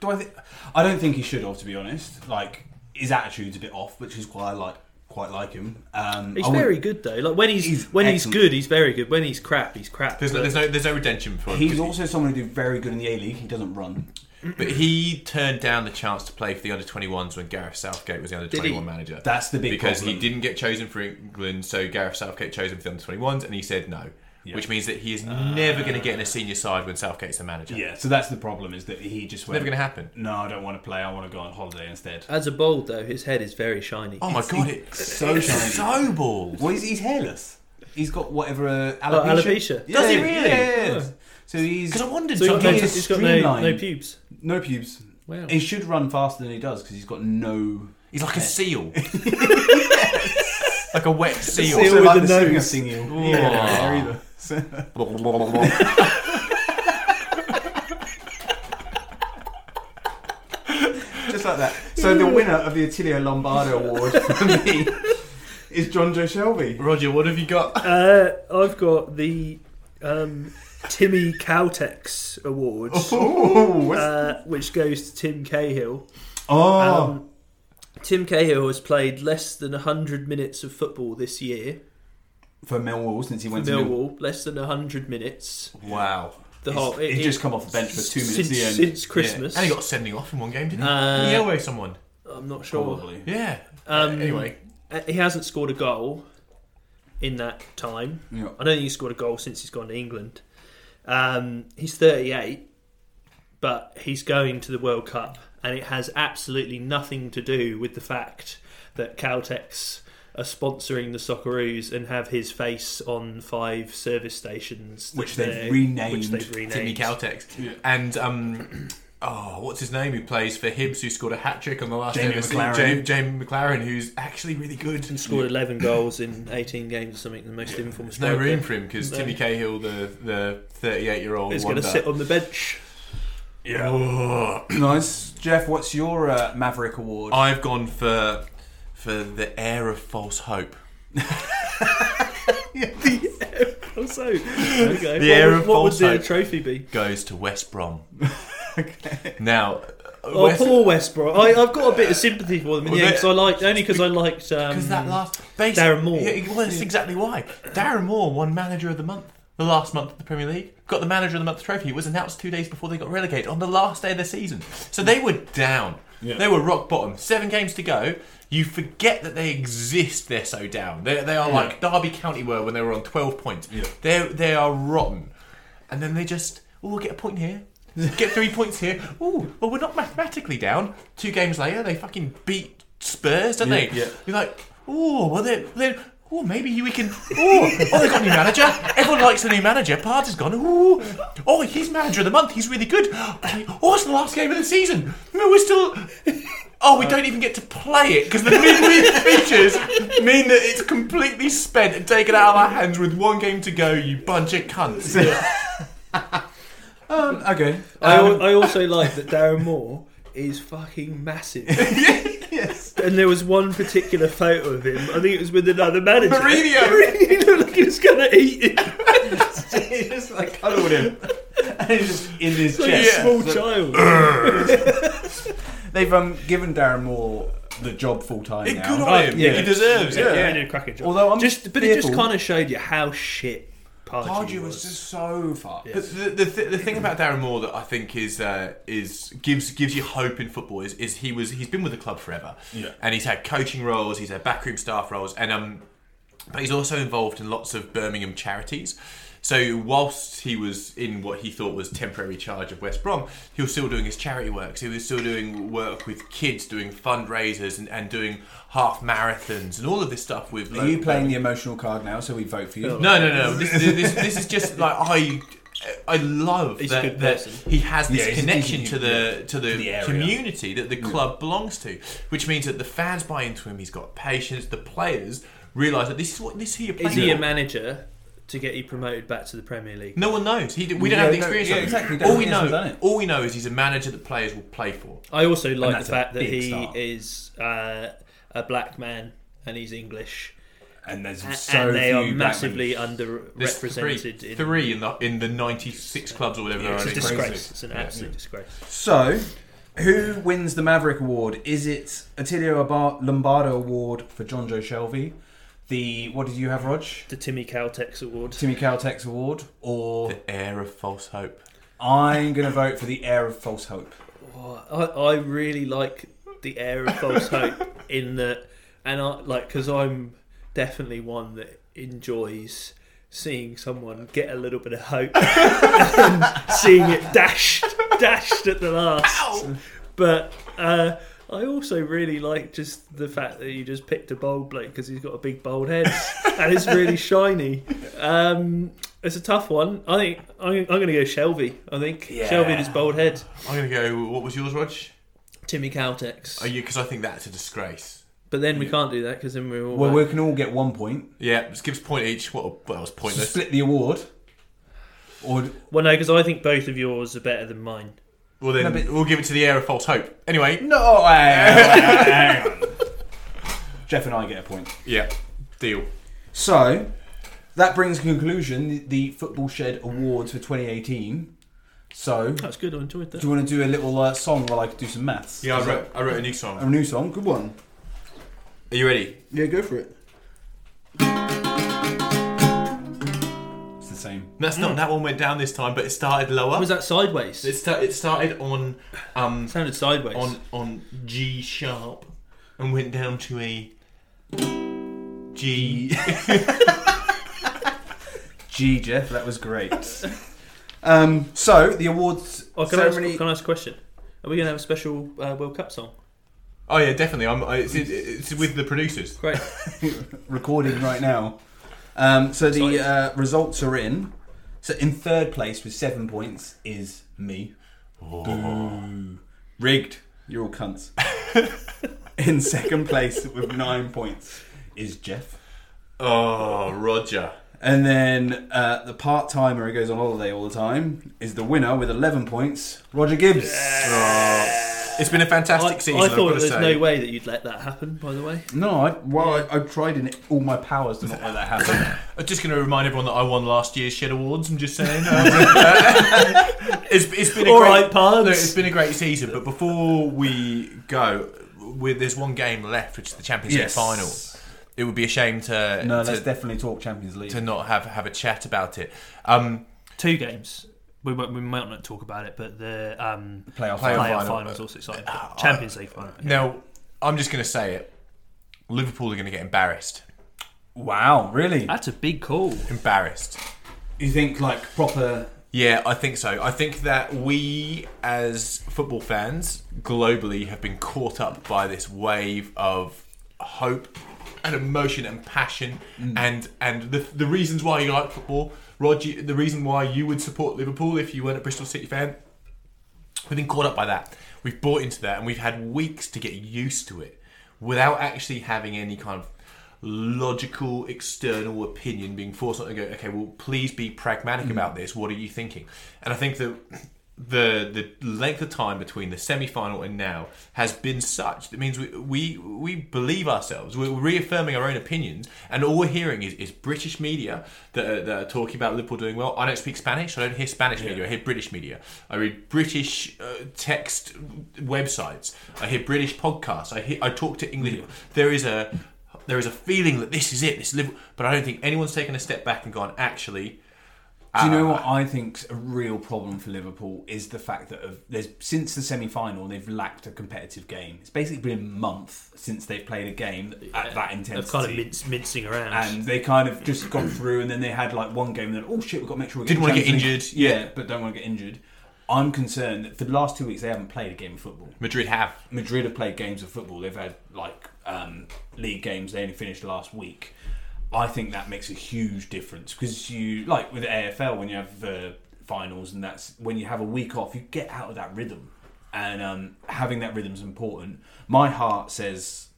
[SPEAKER 1] do. I think I don't think he should have, to be honest. Like his attitude's a bit off, which is why I like quite like him. Um,
[SPEAKER 2] He's
[SPEAKER 1] I would-
[SPEAKER 2] very good though. Like when he's,
[SPEAKER 1] He's
[SPEAKER 2] when
[SPEAKER 1] excellent.
[SPEAKER 2] he's good, he's very good. When he's crap, he's crap.
[SPEAKER 3] There's no,
[SPEAKER 2] But-
[SPEAKER 3] there's no, there's no redemption for him.
[SPEAKER 1] He's
[SPEAKER 3] 'cause he-
[SPEAKER 1] also someone who do very good in the A League. He doesn't run.
[SPEAKER 3] But he turned down the chance to play for the under 21s when Gareth Southgate was the under
[SPEAKER 2] Did
[SPEAKER 3] 21
[SPEAKER 2] he?
[SPEAKER 3] manager.
[SPEAKER 1] That's the big
[SPEAKER 3] because
[SPEAKER 1] problem.
[SPEAKER 3] he didn't get chosen for England, so Gareth Southgate chose him for the under 21s, and he said no, which means that he is never going to get in a senior side when Southgate's the manager.
[SPEAKER 1] Yeah, so that's the problem is that he just went.
[SPEAKER 3] Never going to happen.
[SPEAKER 1] No, I don't want to play. I want to go on holiday instead.
[SPEAKER 2] As a bold though, his head is very shiny.
[SPEAKER 3] Oh my god, it's
[SPEAKER 1] so
[SPEAKER 3] it's
[SPEAKER 1] shiny.
[SPEAKER 3] so bald.
[SPEAKER 1] Well, he's, he's hairless. He's got whatever uh, alopecia.
[SPEAKER 2] alopecia.
[SPEAKER 3] Does he really?
[SPEAKER 1] Yeah. yeah. So he's
[SPEAKER 3] Because I wondered
[SPEAKER 2] so he's got no-
[SPEAKER 1] he
[SPEAKER 3] sometimes.
[SPEAKER 1] is
[SPEAKER 2] he's got no, no
[SPEAKER 1] streamlined.
[SPEAKER 2] pubes.
[SPEAKER 1] no pubes.
[SPEAKER 2] Wow.
[SPEAKER 1] He should run faster than he does because he's got no.
[SPEAKER 3] He's like
[SPEAKER 1] <laughs>
[SPEAKER 3] a seal. like a wet seal.
[SPEAKER 2] Seal with the
[SPEAKER 1] singer
[SPEAKER 2] nose.
[SPEAKER 1] singing. Oh.
[SPEAKER 3] Yeah.
[SPEAKER 1] Yeah, either. Just like that. So the winner of the Attilio Lombardo Award for me is John Joe Shelby.
[SPEAKER 3] <laughs> Roger, what have you got?
[SPEAKER 5] uh, I've got the um, Timmy Caltex Awards,
[SPEAKER 1] Ooh, what's-
[SPEAKER 5] uh, which goes to Tim Cahill.
[SPEAKER 1] oh,
[SPEAKER 5] Um,
[SPEAKER 2] Tim Cahill has played less than hundred minutes of football this year.
[SPEAKER 1] for Millwall since he went to Millwall.
[SPEAKER 2] Millwall, less than hundred minutes.
[SPEAKER 3] Wow.
[SPEAKER 2] The whole
[SPEAKER 1] He's,
[SPEAKER 2] it-
[SPEAKER 1] he's
[SPEAKER 2] it-
[SPEAKER 1] Oh, just come off the bench for two minutes.
[SPEAKER 2] since,
[SPEAKER 1] at the end.
[SPEAKER 2] since Christmas.
[SPEAKER 3] Yeah. And he got a sending off in one game, didn't he?
[SPEAKER 2] Uh,
[SPEAKER 3] Didn't he away someone.
[SPEAKER 2] I'm not sure.
[SPEAKER 3] Yeah.
[SPEAKER 2] Um,
[SPEAKER 3] anyway,
[SPEAKER 2] Uh, He hasn't scored a goal in that time.
[SPEAKER 1] Yeah.
[SPEAKER 2] I don't think he's scored a goal since he's gone to England. Um, he's 38, but he's going to the World Cup, and it has absolutely nothing to do with the fact that Caltex are sponsoring the Socceroos and have his face on five service stations, that
[SPEAKER 1] Which they've
[SPEAKER 2] they're-
[SPEAKER 1] renamed
[SPEAKER 2] Which they've renamed.
[SPEAKER 3] Timmy Caltex. And um, <clears throat> oh, what's his name? Who plays for Hibs? Who scored a hat trick on the last
[SPEAKER 1] Jamie
[SPEAKER 3] day of the
[SPEAKER 1] McLaren.
[SPEAKER 3] season? Jamie, Jamie McLaren, who's actually really good.
[SPEAKER 2] and scored 11 goals in 18 games or something. The most informed.
[SPEAKER 3] There's no
[SPEAKER 2] striker.
[SPEAKER 3] room for him because
[SPEAKER 2] No.
[SPEAKER 3] Timmy Cahill, the the 38 year old,
[SPEAKER 2] He's going to sit on the bench.
[SPEAKER 3] Yeah. Oh.
[SPEAKER 1] Nice, Jeff. What's your uh, Maverick Award?
[SPEAKER 3] I've gone for for the air of false hope.
[SPEAKER 2] Also, okay.
[SPEAKER 3] The
[SPEAKER 2] what
[SPEAKER 3] air
[SPEAKER 2] would,
[SPEAKER 3] of
[SPEAKER 2] what would
[SPEAKER 3] false
[SPEAKER 2] the
[SPEAKER 3] hope.
[SPEAKER 2] trophy be?
[SPEAKER 3] Goes to West
[SPEAKER 2] <laughs>
[SPEAKER 3] Brom. Now,
[SPEAKER 2] Oh, poor West Brom. I, I've got a bit of sympathy for them in
[SPEAKER 3] Well,
[SPEAKER 2] the end
[SPEAKER 3] they-
[SPEAKER 2] because I liked only because I
[SPEAKER 3] <laughs>
[SPEAKER 2] liked um,
[SPEAKER 3] Because that last base,
[SPEAKER 2] Darren Moore.
[SPEAKER 3] Yeah, well, that's exactly why. Darren Moore won Manager of the Month. the last month of the Premier League, got the Manager of the Month trophy. It was announced two days before they got relegated on the last day of the season. So they were down. They were rock bottom. Seven games to go. You forget that they exist. They're so down. They, they are like Derby County were when they were on 12 points. They're, they are rotten. And then they just, oh, we'll get a point here. Get three points here. Ooh, well, we're not mathematically down. Two games later, they fucking beat Spurs, don't they?
[SPEAKER 1] yeah.
[SPEAKER 3] You're like, oh, well, they're, they're oh, maybe we can. Oh, oh, they've got a new manager. Everyone likes the new manager. Party's gone. Ooh, oh, he's manager of the month. He's really good. Okay. Oh, it's the last game of the season. No, we're still. Oh, we don't even get to play it because the midweek features mean that it's completely spent and taken out of our hands with one game to go. You bunch of cunts.
[SPEAKER 1] Um, okay.
[SPEAKER 7] I,
[SPEAKER 1] <laughs>
[SPEAKER 7] al- I also like that Darren Moore is fucking
[SPEAKER 3] <laughs>
[SPEAKER 7] massive.
[SPEAKER 1] Yes.
[SPEAKER 7] And there was one particular photo of him. I think it was with another manager.
[SPEAKER 2] <laughs>
[SPEAKER 3] Mourinho.
[SPEAKER 7] he looked like he was going to eat it.
[SPEAKER 1] He just like cuddled him. <laughs> And he's just in his
[SPEAKER 3] Oh,
[SPEAKER 7] Like
[SPEAKER 1] chest.
[SPEAKER 7] a small child.
[SPEAKER 1] They've um, given Darren Moore the job full time.
[SPEAKER 3] It
[SPEAKER 1] now.
[SPEAKER 3] good on him.
[SPEAKER 7] yeah.
[SPEAKER 3] He deserves it.
[SPEAKER 5] Yeah, yeah, he did a cracking job.
[SPEAKER 1] Although I'm
[SPEAKER 7] Just, but it just
[SPEAKER 1] fearful-
[SPEAKER 7] kind of showed you how shit Pardew,
[SPEAKER 1] Pardew
[SPEAKER 7] was.
[SPEAKER 1] was just so far.
[SPEAKER 3] But the, the, th- the thing about Darren Moore that I think is uh, is gives gives you hope in football is, is he was he's been with the club forever,
[SPEAKER 6] Yeah.
[SPEAKER 3] and he's had coaching roles, he's had backroom staff roles, and um, but he's also involved in lots of Birmingham charities. So whilst he was in what he thought was temporary charge of West Brom, he was still doing his charity works. He was still doing work with kids, doing fundraisers and, and doing half marathons and all of this stuff with.
[SPEAKER 1] Are you playing the emotional card now? So we vote for you.
[SPEAKER 3] No, no, no. This, this, this is just like I. I love
[SPEAKER 7] He's a
[SPEAKER 3] that,
[SPEAKER 7] good
[SPEAKER 3] that
[SPEAKER 7] person.
[SPEAKER 3] he has this
[SPEAKER 1] Yeah, he's a
[SPEAKER 3] connection to
[SPEAKER 1] decent-
[SPEAKER 3] the to the,
[SPEAKER 1] the area.
[SPEAKER 3] community that the club belongs to, which means that the fans buy into him. He's got patience. The players realise that this is what this is who you're
[SPEAKER 2] Is
[SPEAKER 3] playing.
[SPEAKER 2] he a
[SPEAKER 3] for.
[SPEAKER 2] manager to get you promoted back to the Premier League?
[SPEAKER 3] No one knows. He, we don't
[SPEAKER 1] Yeah,
[SPEAKER 3] have the
[SPEAKER 1] no,
[SPEAKER 3] experience.
[SPEAKER 1] yeah,
[SPEAKER 3] of it.
[SPEAKER 1] exactly.
[SPEAKER 3] All we
[SPEAKER 1] He hasn't done
[SPEAKER 3] know,
[SPEAKER 1] it.
[SPEAKER 3] all we know is he's a manager that players will play for.
[SPEAKER 2] I also like the
[SPEAKER 1] that's a
[SPEAKER 2] fact that
[SPEAKER 1] big
[SPEAKER 2] he
[SPEAKER 1] start.
[SPEAKER 2] is uh, a black man and he's English,
[SPEAKER 1] And there's
[SPEAKER 2] a-
[SPEAKER 1] so
[SPEAKER 2] and they
[SPEAKER 1] few
[SPEAKER 2] are
[SPEAKER 1] Batman.
[SPEAKER 2] massively
[SPEAKER 3] There's three,
[SPEAKER 2] underrepresented in.
[SPEAKER 3] three in the in the 96 clubs or whatever. there
[SPEAKER 2] It's
[SPEAKER 3] are
[SPEAKER 2] a
[SPEAKER 3] in
[SPEAKER 2] disgrace. It's an
[SPEAKER 3] Yeah.
[SPEAKER 2] absolute disgrace.
[SPEAKER 1] So, who wins the Maverick Award? Is it Attilio Abar- Lombardo Award for John Joe Shelby? The what did you have, Rog?
[SPEAKER 2] The Timmy Caltex Award.
[SPEAKER 1] Timmy Caltex Award, or
[SPEAKER 3] The air of false hope.
[SPEAKER 1] I'm going to vote for the Air of False Hope.
[SPEAKER 2] Oh, I, I really like the air of false hope in that, and I like because I'm definitely one that enjoys seeing someone get a little bit of hope and seeing it dashed dashed at the last. But uh, I also really like just the fact that you just picked a bold bloke because he's got a big bold head and it's really shiny. Um, it's a tough one. I think I'm, I'm going to go Shelby. I think Shelby and his bold head.
[SPEAKER 3] I'm gonna go. What was yours, Rog?
[SPEAKER 2] Timmy Caltex.
[SPEAKER 3] Are you? Because I think that's a disgrace.
[SPEAKER 2] But then we can't do that because then we're all.
[SPEAKER 1] Well,
[SPEAKER 2] back.
[SPEAKER 1] we can all get one point.
[SPEAKER 3] Yeah, just give us a point each. What, what that was
[SPEAKER 1] So
[SPEAKER 3] pointless.
[SPEAKER 1] split the award, or
[SPEAKER 2] Well, no, because I think both of yours are better than mine.
[SPEAKER 3] Well, then
[SPEAKER 1] but-
[SPEAKER 3] we'll give it to the air of false hope. Anyway,
[SPEAKER 1] no? Hang on, hang on. Jeff and I get a point.
[SPEAKER 3] yeah, deal.
[SPEAKER 1] So that brings conclusion the, the Football Shed Awards for 2018. So do
[SPEAKER 2] That's good. I enjoyed that.
[SPEAKER 1] you want to do a little uh, song while I do some maths?
[SPEAKER 3] Yeah, I wrote, I wrote a new song.
[SPEAKER 1] A new song, good one.
[SPEAKER 3] Are you ready?
[SPEAKER 1] Yeah, go for it. It's the same.
[SPEAKER 3] That's not that one went down this time, but it started lower.
[SPEAKER 2] Was that sideways?
[SPEAKER 3] It, sta- it started on um
[SPEAKER 2] sounded sideways.
[SPEAKER 3] on on G sharp and went down to a G.
[SPEAKER 1] Gee, Jeff, that was great. <laughs> um, so the awards
[SPEAKER 2] Oh, can, I
[SPEAKER 1] ceremony.
[SPEAKER 2] ask, can I ask a question? Are we going to have a special uh, World Cup song?
[SPEAKER 3] Oh yeah, definitely. I'm. I, it's, it's with the producers.
[SPEAKER 2] Great.
[SPEAKER 1] recording right now. Um, so the uh, results are in. So in third place with seven points is me.
[SPEAKER 3] Oh.
[SPEAKER 1] Boo. Rigged. You're all
[SPEAKER 3] <laughs>
[SPEAKER 1] cunts. in second place with nine points is Jeff.
[SPEAKER 3] Oh, Roger.
[SPEAKER 1] And then uh, the part timer who goes on holiday all the time is the winner with 11 points, Roger Gibbs.
[SPEAKER 3] It's been a fantastic
[SPEAKER 2] I,
[SPEAKER 3] season.
[SPEAKER 2] I
[SPEAKER 3] I've
[SPEAKER 2] thought
[SPEAKER 3] gotta
[SPEAKER 2] there's
[SPEAKER 3] say.
[SPEAKER 2] no way that you'd let that happen. By the way,
[SPEAKER 1] No, I, well, I, I've tried in all my powers to not let that
[SPEAKER 3] <laughs>
[SPEAKER 1] happen.
[SPEAKER 3] I'm just going to remind everyone that I won last year's Shed Awards. I'm just saying. <laughs> Um, it's, it's been a
[SPEAKER 2] All
[SPEAKER 3] great,
[SPEAKER 2] right, Pards.
[SPEAKER 3] no, it's been a great season. But before we go, we there's one game left, which is the Champions League final. It would be a shame to
[SPEAKER 1] No,
[SPEAKER 3] to,
[SPEAKER 1] let's definitely talk Champions League.
[SPEAKER 3] to not have have a chat about it. Um,
[SPEAKER 2] Two games. We, might- we might not talk about it, but the um,
[SPEAKER 1] Playoff
[SPEAKER 2] playoff
[SPEAKER 1] final.
[SPEAKER 2] finals also exciting.
[SPEAKER 3] uh,
[SPEAKER 2] Champions League final. yeah.
[SPEAKER 3] Now I'm just going to say it. Liverpool are going to get embarrassed.
[SPEAKER 1] Wow, really?
[SPEAKER 2] That's a big call.
[SPEAKER 3] Embarrassed.
[SPEAKER 8] You think like proper?
[SPEAKER 3] Yeah, I think so. I think that we, as football fans globally, have been caught up by this wave of hope and emotion and passion, and and the, the reasons why you like football, Roger. The reason why you would support Liverpool if you weren't a Bristol City fan. We've been caught up by that. We've bought into that, and we've had weeks to get used to it without actually having any kind of logical external opinion being forced on to go. Okay, well, please be pragmatic about this. What are you thinking? And I think that the the length of time between the semi final and now has been such that means we we, we believe ourselves. We're reaffirming our own opinions, and all we're hearing is, is British media that are, that are talking about Liverpool doing well. I don't speak Spanish. I don't hear Spanish media. I hear British media. I read British uh, text websites. I hear British podcasts. I hear, I talk to English. There is a there is a feeling that this is it. This is Liverpool. But I don't think anyone's taken a step back and gone. Actually,
[SPEAKER 1] Do you
[SPEAKER 3] Ah.
[SPEAKER 1] know what I think's a real problem for Liverpool is the fact that of, there's since the semi-final they've lacked a competitive game. It's basically been a month since they've played a game at that
[SPEAKER 2] Of
[SPEAKER 1] intensity.
[SPEAKER 2] kind of mince, mincing around.
[SPEAKER 1] and they kind of just gone through, and then they had like one game. And then oh shit, we've got to make sure we
[SPEAKER 3] Didn't wanna get
[SPEAKER 1] Champions League."
[SPEAKER 3] injured,
[SPEAKER 1] Yeah, but don't want to get injured. I'm concerned that for the last two weeks they haven't played a game of football.
[SPEAKER 3] Madrid have.
[SPEAKER 1] Madrid have played games of football. They've had like um, league games. They only finished last week. I think that makes a huge difference because you like with AFL when you have the finals and that's when you have a week off, you get out of that rhythm, and um, having that rhythm is important. My heart says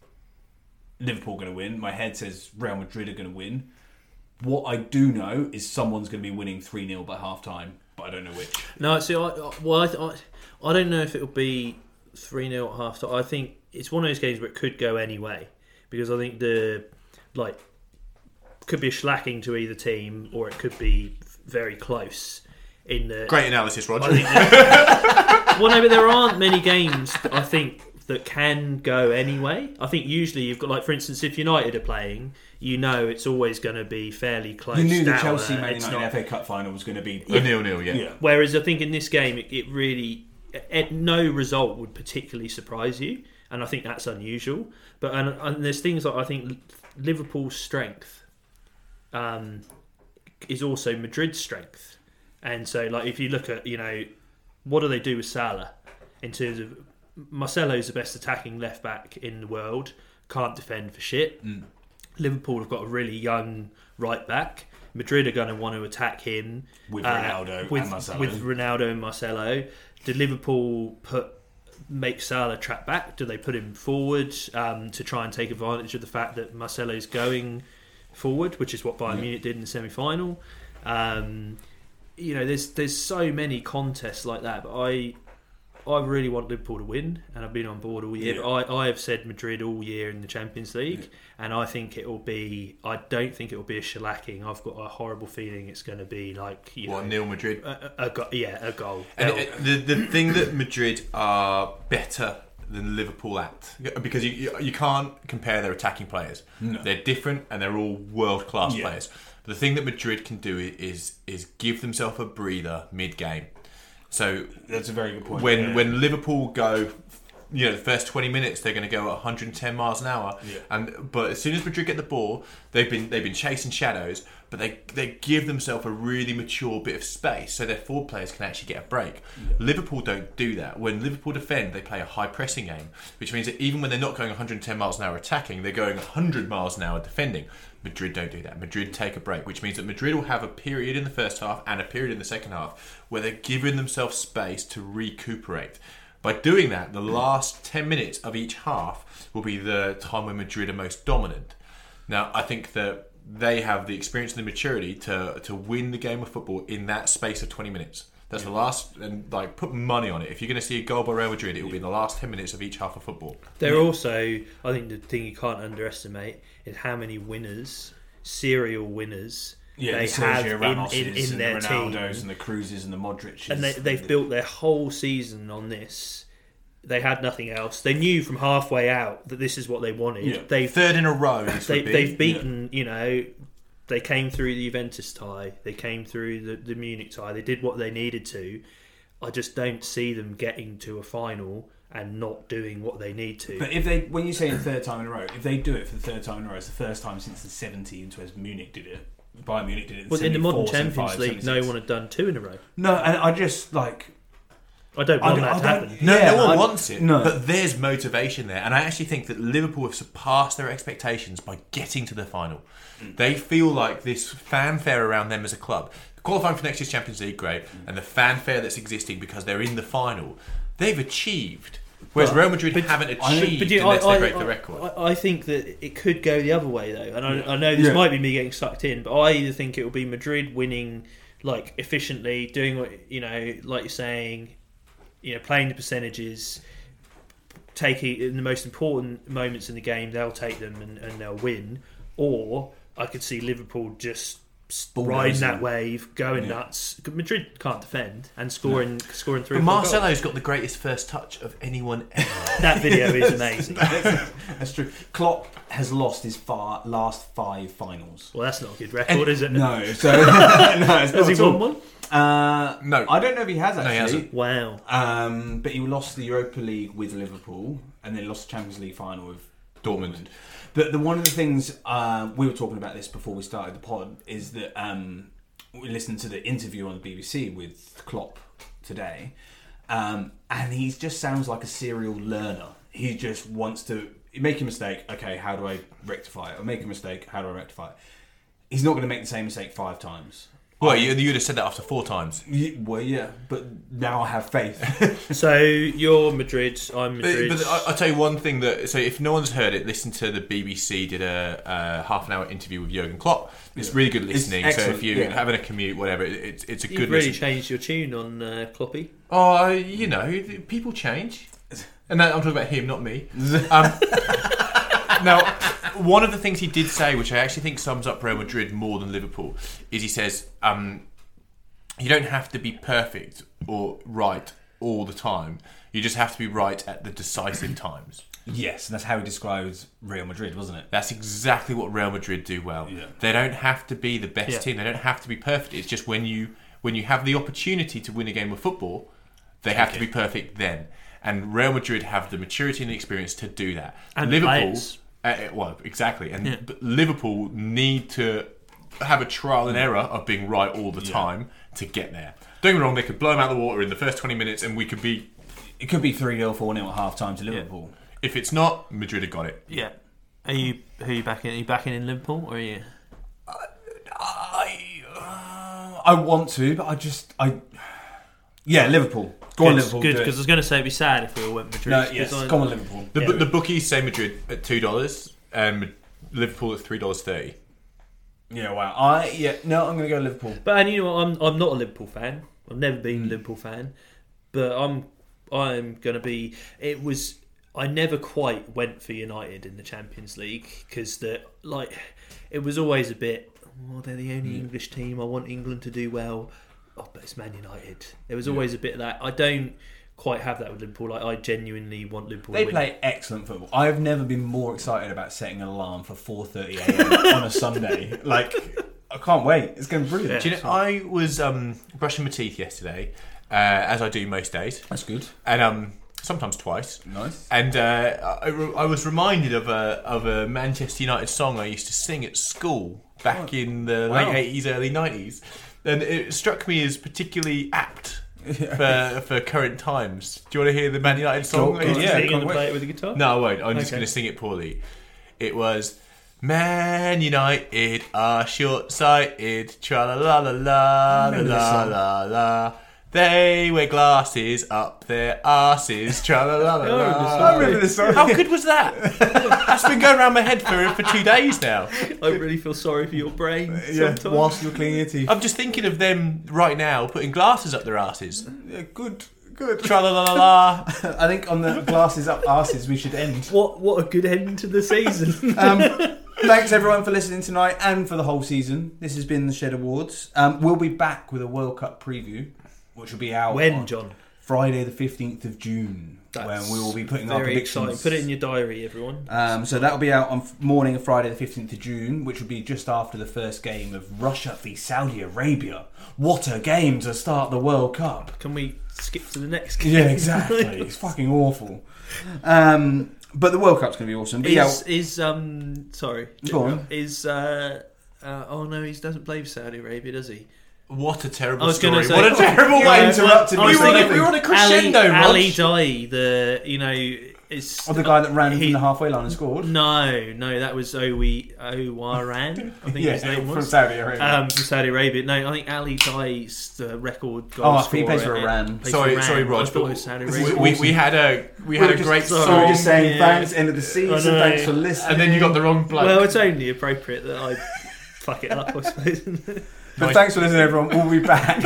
[SPEAKER 1] Liverpool going to win. My head says Real Madrid are going to win. What I do know is someone's going to be winning three 0 by half time, but I don't know which.
[SPEAKER 2] No, see, I, I- well, I, th- I, I don't know if it'll be 3 0 at half time. I think it's one of those games where it could go anyway because I think the, like, could be a slacking to either team or it could be very close in the.
[SPEAKER 3] Great analysis, Roger.
[SPEAKER 2] I think well, no, but there aren't many games I think that can go anyway. I think usually you've got like, for instance, if United are playing, you know it's always going to be fairly close.
[SPEAKER 1] You knew the
[SPEAKER 2] dour.
[SPEAKER 1] Chelsea Man
[SPEAKER 2] It's
[SPEAKER 1] United
[SPEAKER 2] not-
[SPEAKER 1] FA Cup final was going to be
[SPEAKER 3] <laughs> A nil nil. Yeah.
[SPEAKER 1] Yeah.
[SPEAKER 2] Whereas I think in this game, it, it really, it, no result would particularly surprise you, and I think that's unusual. But and, and there's things that I think Liverpool's strength um, is also Madrid's strength, and so like if you look at you know what do they do with Salah in terms of Marcelo's the best attacking left back in the world, can't defend for shit.
[SPEAKER 1] Mm.
[SPEAKER 2] Liverpool have got a really young right back. Madrid are going to want to attack him
[SPEAKER 1] With
[SPEAKER 2] uh,
[SPEAKER 1] Ronaldo and
[SPEAKER 2] with,
[SPEAKER 1] Marcelo.
[SPEAKER 2] with Ronaldo and Marcelo. Do Liverpool put make Salah track back? Do they put him forward um, to try and take advantage of the fact that Marcelo's going forward, which is what Bayern Munich did in the semi-final? Um, you know, there's there's so many contests like that, but I I really want Liverpool to win, and I've been on board all year. But I, I have said Madrid all year in the Champions League, and I think it will be. I don't think it will be a shellacking. I've got a horrible feeling it's going to be like you
[SPEAKER 3] One
[SPEAKER 2] know,
[SPEAKER 3] nil Madrid.
[SPEAKER 2] a, a, a go- yeah, a goal.
[SPEAKER 3] And
[SPEAKER 2] They'll-
[SPEAKER 3] it- the the thing that Madrid are better than Liverpool at because you you, you can't compare their attacking players. They're different and they're all world class players. The thing that Madrid can do i- is is give themselves a breather mid game. So
[SPEAKER 1] That's a very good point.
[SPEAKER 3] when when Liverpool go, you know, the first twenty minutes they're going to go at 110 miles an hour, and but as soon as Madrid get the ball, they've been they've been chasing shadows, but they they give themselves a really mature bit of space so their forward players can actually get a break. Liverpool don't do that. When Liverpool defend, they play a high pressing game, which means that even when they're not going 110 miles an hour attacking, they're going 100 miles an hour defending. Madrid don't do that. Madrid take a break, which means that Madrid will have a period in the first half and a period in the second half where they're giving themselves space to recuperate. By doing that, the last 10 minutes of each half will be the time when Madrid are most dominant. Now, I think that they have the experience and the maturity to, to win the game of football in that space of 20 minutes. That's the last, and like put money on it. If you're going to see a goal by Real Madrid, it will be in the last 10 minutes of each half of football.
[SPEAKER 2] They're also, I think, the thing you can't underestimate is how many winners, serial winners,
[SPEAKER 1] Yeah,
[SPEAKER 2] they
[SPEAKER 1] the
[SPEAKER 2] have
[SPEAKER 1] Sergio
[SPEAKER 2] in,
[SPEAKER 1] Ramoses
[SPEAKER 2] in, in
[SPEAKER 1] and
[SPEAKER 2] their
[SPEAKER 1] the
[SPEAKER 2] team,
[SPEAKER 1] Ronaldos and the Cruises and the Modriches.
[SPEAKER 2] and they, they've built their whole season on this. They had nothing else. They knew from halfway out that this is what they wanted.
[SPEAKER 9] Yeah.
[SPEAKER 2] They've
[SPEAKER 3] Third in a row. This
[SPEAKER 2] they,
[SPEAKER 3] would be.
[SPEAKER 2] they've beaten, you know, they came through the Juventus tie, they came through the, the Munich tie, they did what they needed to. I just don't see them getting to a final and not doing what they need to.
[SPEAKER 1] But if they, when you say the third time in a row, if they do it for the third time in a row, it's the first time since the 70s where Munich did it. Bayern Munich did it. In
[SPEAKER 2] well, in the
[SPEAKER 1] 74,
[SPEAKER 2] modern Champions
[SPEAKER 1] 75,
[SPEAKER 2] League,
[SPEAKER 1] 76.
[SPEAKER 2] no one had done two in a row.
[SPEAKER 1] No, and I just like.
[SPEAKER 2] I don't
[SPEAKER 1] I
[SPEAKER 2] want
[SPEAKER 1] don't,
[SPEAKER 2] that
[SPEAKER 1] I
[SPEAKER 2] to
[SPEAKER 1] don't,
[SPEAKER 2] happen.
[SPEAKER 3] No,
[SPEAKER 1] yeah,
[SPEAKER 3] no one
[SPEAKER 1] I-
[SPEAKER 3] wants it.
[SPEAKER 1] No,
[SPEAKER 3] <laughs> But there's motivation there. And I actually think that Liverpool have surpassed their expectations by getting to the final. They feel like this fanfare around them as a club. Qualifying for next year's Champions League, great. And the fanfare that's existing because they're in the final, they've achieved. Whereas Real Madrid haven't achieved
[SPEAKER 2] But do you-
[SPEAKER 3] unless
[SPEAKER 2] I,
[SPEAKER 3] they break
[SPEAKER 2] I,
[SPEAKER 3] the record.
[SPEAKER 2] I, I think that it could go the other way though, and I, I know this
[SPEAKER 1] Yeah.
[SPEAKER 2] might be me getting sucked in, but I either think it will be Madrid winning like efficiently, doing what you know, like you're saying, you know, playing the percentages, taking in the most important moments in the game, they'll take them and, and they'll win, or I could see Liverpool just. Riding that wave, going nuts. Madrid can't defend and scoring, scoring three.
[SPEAKER 3] but
[SPEAKER 2] or four goals.
[SPEAKER 3] Marcelo's got the greatest first touch of anyone ever.
[SPEAKER 2] <laughs> that video
[SPEAKER 3] <laughs>
[SPEAKER 2] is amazing.
[SPEAKER 1] that's true. Klopp has lost his far, last five finals.
[SPEAKER 2] Well, that's not a good record, is it?
[SPEAKER 1] No, so <laughs> no, it's
[SPEAKER 2] Has
[SPEAKER 1] not
[SPEAKER 2] he
[SPEAKER 1] at
[SPEAKER 10] Oh,
[SPEAKER 1] all.
[SPEAKER 2] won one?
[SPEAKER 1] Uh,
[SPEAKER 3] No.
[SPEAKER 1] I don't know if he has actually.
[SPEAKER 3] he hasn't.
[SPEAKER 2] Wow.
[SPEAKER 1] Um, but he lost the Europa League with Liverpool, and then lost the Champions League final with
[SPEAKER 3] Dortmund.
[SPEAKER 1] But the one of the things uh, we were talking about this before we started the pod is that um, we listened to the interview on the BBC with Klopp today, um, and he just sounds like a serial learner. He just wants to make a mistake. Okay, how do I rectify it? Or make a mistake. How do I rectify it? He's not going to make the same mistake five times.
[SPEAKER 3] Well, you, you'd have said that after four times.
[SPEAKER 1] Ye- Well, yeah, but now I have faith. <laughs>
[SPEAKER 2] So you're Madrid, I'm
[SPEAKER 3] But,
[SPEAKER 2] Madrid.
[SPEAKER 3] but uh, I, I'll tell you one thing that so if no one's heard it, listen to the BBC did a, uh half an hour interview with Jurgen Klopp. It's really good listening. So
[SPEAKER 1] excellent,
[SPEAKER 3] if you're
[SPEAKER 1] yeah.
[SPEAKER 3] having a commute, whatever, it, it's it's a
[SPEAKER 2] You've
[SPEAKER 3] good
[SPEAKER 2] really
[SPEAKER 3] listen.
[SPEAKER 2] changed your tune on uh, Kloppy.
[SPEAKER 3] Oh, I- you know, th- people change, and that, I'm talking about him, not me. Um, now, one of the things he did say, which I actually think sums up Real Madrid more than Liverpool, is he says, um, "You don't have to be perfect or right all the time. You just have to be right at the decisive times."
[SPEAKER 1] yes, and that's how he describes Real Madrid, wasn't it?
[SPEAKER 3] That's exactly what Real Madrid do well. They don't have to be the best
[SPEAKER 2] Yeah.
[SPEAKER 3] team. They don't have to be perfect. It's just when you when you have the opportunity to win a game of football, they have to be perfect then. And Real Madrid have the maturity and the experience to do that.
[SPEAKER 2] And
[SPEAKER 3] Liverpool,
[SPEAKER 2] players.
[SPEAKER 3] uh, well, exactly. And but Liverpool need to have a trial and error of being right all the time to get there. Don't get me wrong; they could blow them out of the water in the first twenty minutes, and we could be.
[SPEAKER 1] It could be 3 0, 4 0 at half time to Liverpool.
[SPEAKER 3] If it's not, Madrid have got it.
[SPEAKER 10] Yeah. Are you who are you backing? Are you backing in Liverpool or are you?
[SPEAKER 1] I uh, I want to, but I just I yeah Liverpool. Go on
[SPEAKER 10] Good,
[SPEAKER 1] Liverpool.
[SPEAKER 10] good
[SPEAKER 1] do it.
[SPEAKER 10] because I was going to say it'd be sad if we all went Madrid.
[SPEAKER 1] no, yes,
[SPEAKER 10] 'cause I-
[SPEAKER 1] come on Liverpool.
[SPEAKER 3] The, the bookies say Madrid at two dollars and Liverpool at three dollars thirty.
[SPEAKER 1] <laughs> Yeah, wow. I yeah no, I'm gonna go Liverpool.
[SPEAKER 2] But and you know what? I'm I'm not a Liverpool fan. I've never been
[SPEAKER 1] Mm.
[SPEAKER 2] a Liverpool fan, but I'm I'm gonna be. It was I never quite went for United in the Champions League because the like it was always a bit. Well, they're the
[SPEAKER 1] Mm.
[SPEAKER 2] only English team. I want England to do well. Oh, but it's Man United. There was always a bit of that. I don't quite have that with Liverpool. Like I genuinely want Liverpool.
[SPEAKER 1] They
[SPEAKER 2] to win.
[SPEAKER 1] play excellent football. I've never been more excited about setting an alarm for 4:30 a.m. on a Sunday. <laughs> Like I can't wait. It's going to be brilliant.
[SPEAKER 3] Do you know? I was um, brushing my teeth yesterday, uh, as I do most days,
[SPEAKER 1] That's good.
[SPEAKER 3] and um, sometimes twice. <laughs>
[SPEAKER 1] Nice.
[SPEAKER 3] And uh, I, re- I was reminded of a of a Manchester United song I used to sing at school back in the
[SPEAKER 1] Oh. Wow.
[SPEAKER 3] late eighties, early nineties, and it struck me as particularly apt.
[SPEAKER 1] <laughs>
[SPEAKER 3] for, for current times, do you want to hear the Man United song?
[SPEAKER 1] go on.
[SPEAKER 2] Is
[SPEAKER 1] Yeah,
[SPEAKER 2] he
[SPEAKER 1] can't
[SPEAKER 2] gonna
[SPEAKER 1] wait.
[SPEAKER 2] play it with a guitar.
[SPEAKER 3] No, I won't. I'm just
[SPEAKER 2] Okay.
[SPEAKER 3] going to sing it poorly. It was Man United are short sighted. Tra la la la la la la la la. They wear glasses up their asses. Tra la la la
[SPEAKER 1] I
[SPEAKER 3] la.
[SPEAKER 1] remember this song.
[SPEAKER 3] How good was that? That's been going around my head for for two days now.
[SPEAKER 2] I really feel sorry for your brain.
[SPEAKER 1] Yeah,
[SPEAKER 2] sometimes.
[SPEAKER 1] whilst you're cleaning your teeth.
[SPEAKER 3] I'm just thinking of them right now putting glasses up their asses.
[SPEAKER 1] Yeah, good, good.
[SPEAKER 3] Tra la la la la.
[SPEAKER 1] <laughs> I think on the glasses up asses we should end.
[SPEAKER 2] What what a good end to the
[SPEAKER 1] <laughs>
[SPEAKER 2] season.
[SPEAKER 1] um, thanks everyone for listening tonight and for the whole season. This has been the Shed Awards. Um, we'll be back with a World Cup preview, which will be out
[SPEAKER 2] when,
[SPEAKER 1] on
[SPEAKER 2] John?
[SPEAKER 1] Friday the fifteenth of June. where we will be putting our
[SPEAKER 2] Very
[SPEAKER 1] predictions.
[SPEAKER 2] exciting. Put it in your diary, everyone.
[SPEAKER 1] Um, so that'll be out on f- morning of Friday the 15th of June, which will be just after the first game of Russia v Saudi Arabia. What a game to start the World Cup.
[SPEAKER 2] Can we skip to the next?
[SPEAKER 1] Yeah,
[SPEAKER 2] <laughs>
[SPEAKER 1] exactly. it's fucking awful. Um, but the World Cup's going to be awesome. But yeah,
[SPEAKER 2] Is, is um sorry.
[SPEAKER 1] Go on.
[SPEAKER 2] Is uh, uh oh no, he doesn't play for Saudi Arabia, does he?
[SPEAKER 3] What a terrible
[SPEAKER 2] I was
[SPEAKER 3] story.
[SPEAKER 2] gonna say- oh,
[SPEAKER 3] what a terrible
[SPEAKER 2] Yeah,
[SPEAKER 3] way
[SPEAKER 2] well,
[SPEAKER 3] to interrupted
[SPEAKER 2] I
[SPEAKER 3] me.
[SPEAKER 2] was
[SPEAKER 3] We were, on a,
[SPEAKER 2] thinking-
[SPEAKER 3] we were on a
[SPEAKER 2] Ali,
[SPEAKER 3] crescendo, Rog.
[SPEAKER 2] Ali Dai, the you know is
[SPEAKER 1] or the guy that ran
[SPEAKER 2] he-
[SPEAKER 1] from the halfway line and scored.
[SPEAKER 2] No, no, that was E, Owi Owaran. I
[SPEAKER 1] <laughs>
[SPEAKER 2] think his name
[SPEAKER 1] from
[SPEAKER 2] was.
[SPEAKER 1] Saudi Arabia.
[SPEAKER 2] Um, from Saudi Arabia. No, I think Ali Dai's the record goal
[SPEAKER 1] Oh,
[SPEAKER 2] scorer.
[SPEAKER 1] he plays for
[SPEAKER 2] at-
[SPEAKER 1] Iran.
[SPEAKER 2] plays
[SPEAKER 3] Sorry,
[SPEAKER 2] for
[SPEAKER 3] sorry,
[SPEAKER 2] Iran. I
[SPEAKER 3] Rog.
[SPEAKER 2] thought it was Saudi
[SPEAKER 3] but
[SPEAKER 2] Arabia.
[SPEAKER 3] We, we, we had a we had a great
[SPEAKER 1] So we're
[SPEAKER 3] song,
[SPEAKER 1] just saying
[SPEAKER 2] yeah.
[SPEAKER 1] thanks, end of the season,
[SPEAKER 2] know.
[SPEAKER 1] thanks for listening.
[SPEAKER 3] and then you got the wrong bloke.
[SPEAKER 2] Well, it's only appropriate that I fuck it up, I suppose,
[SPEAKER 1] But thanks for listening, everyone. We'll be back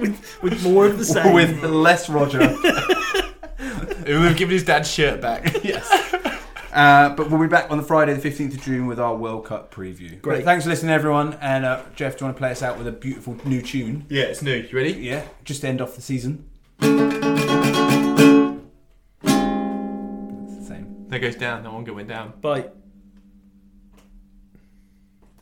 [SPEAKER 2] with more of the <laughs>
[SPEAKER 1] <laughs>
[SPEAKER 2] same.
[SPEAKER 1] with less Roger.
[SPEAKER 3] Who would have given his dad's shirt back? yes.
[SPEAKER 1] Uh, but we'll be back on the Friday, the 15th of June, with our World Cup preview. Great.
[SPEAKER 7] Great.
[SPEAKER 1] thanks for listening, everyone. And uh, Jeff, do you want to play us out with a beautiful new tune?
[SPEAKER 3] Yeah, it's new. You ready?
[SPEAKER 1] Yeah, just to end off the season. It's the same.
[SPEAKER 3] That goes down. That one going down.
[SPEAKER 2] Bye.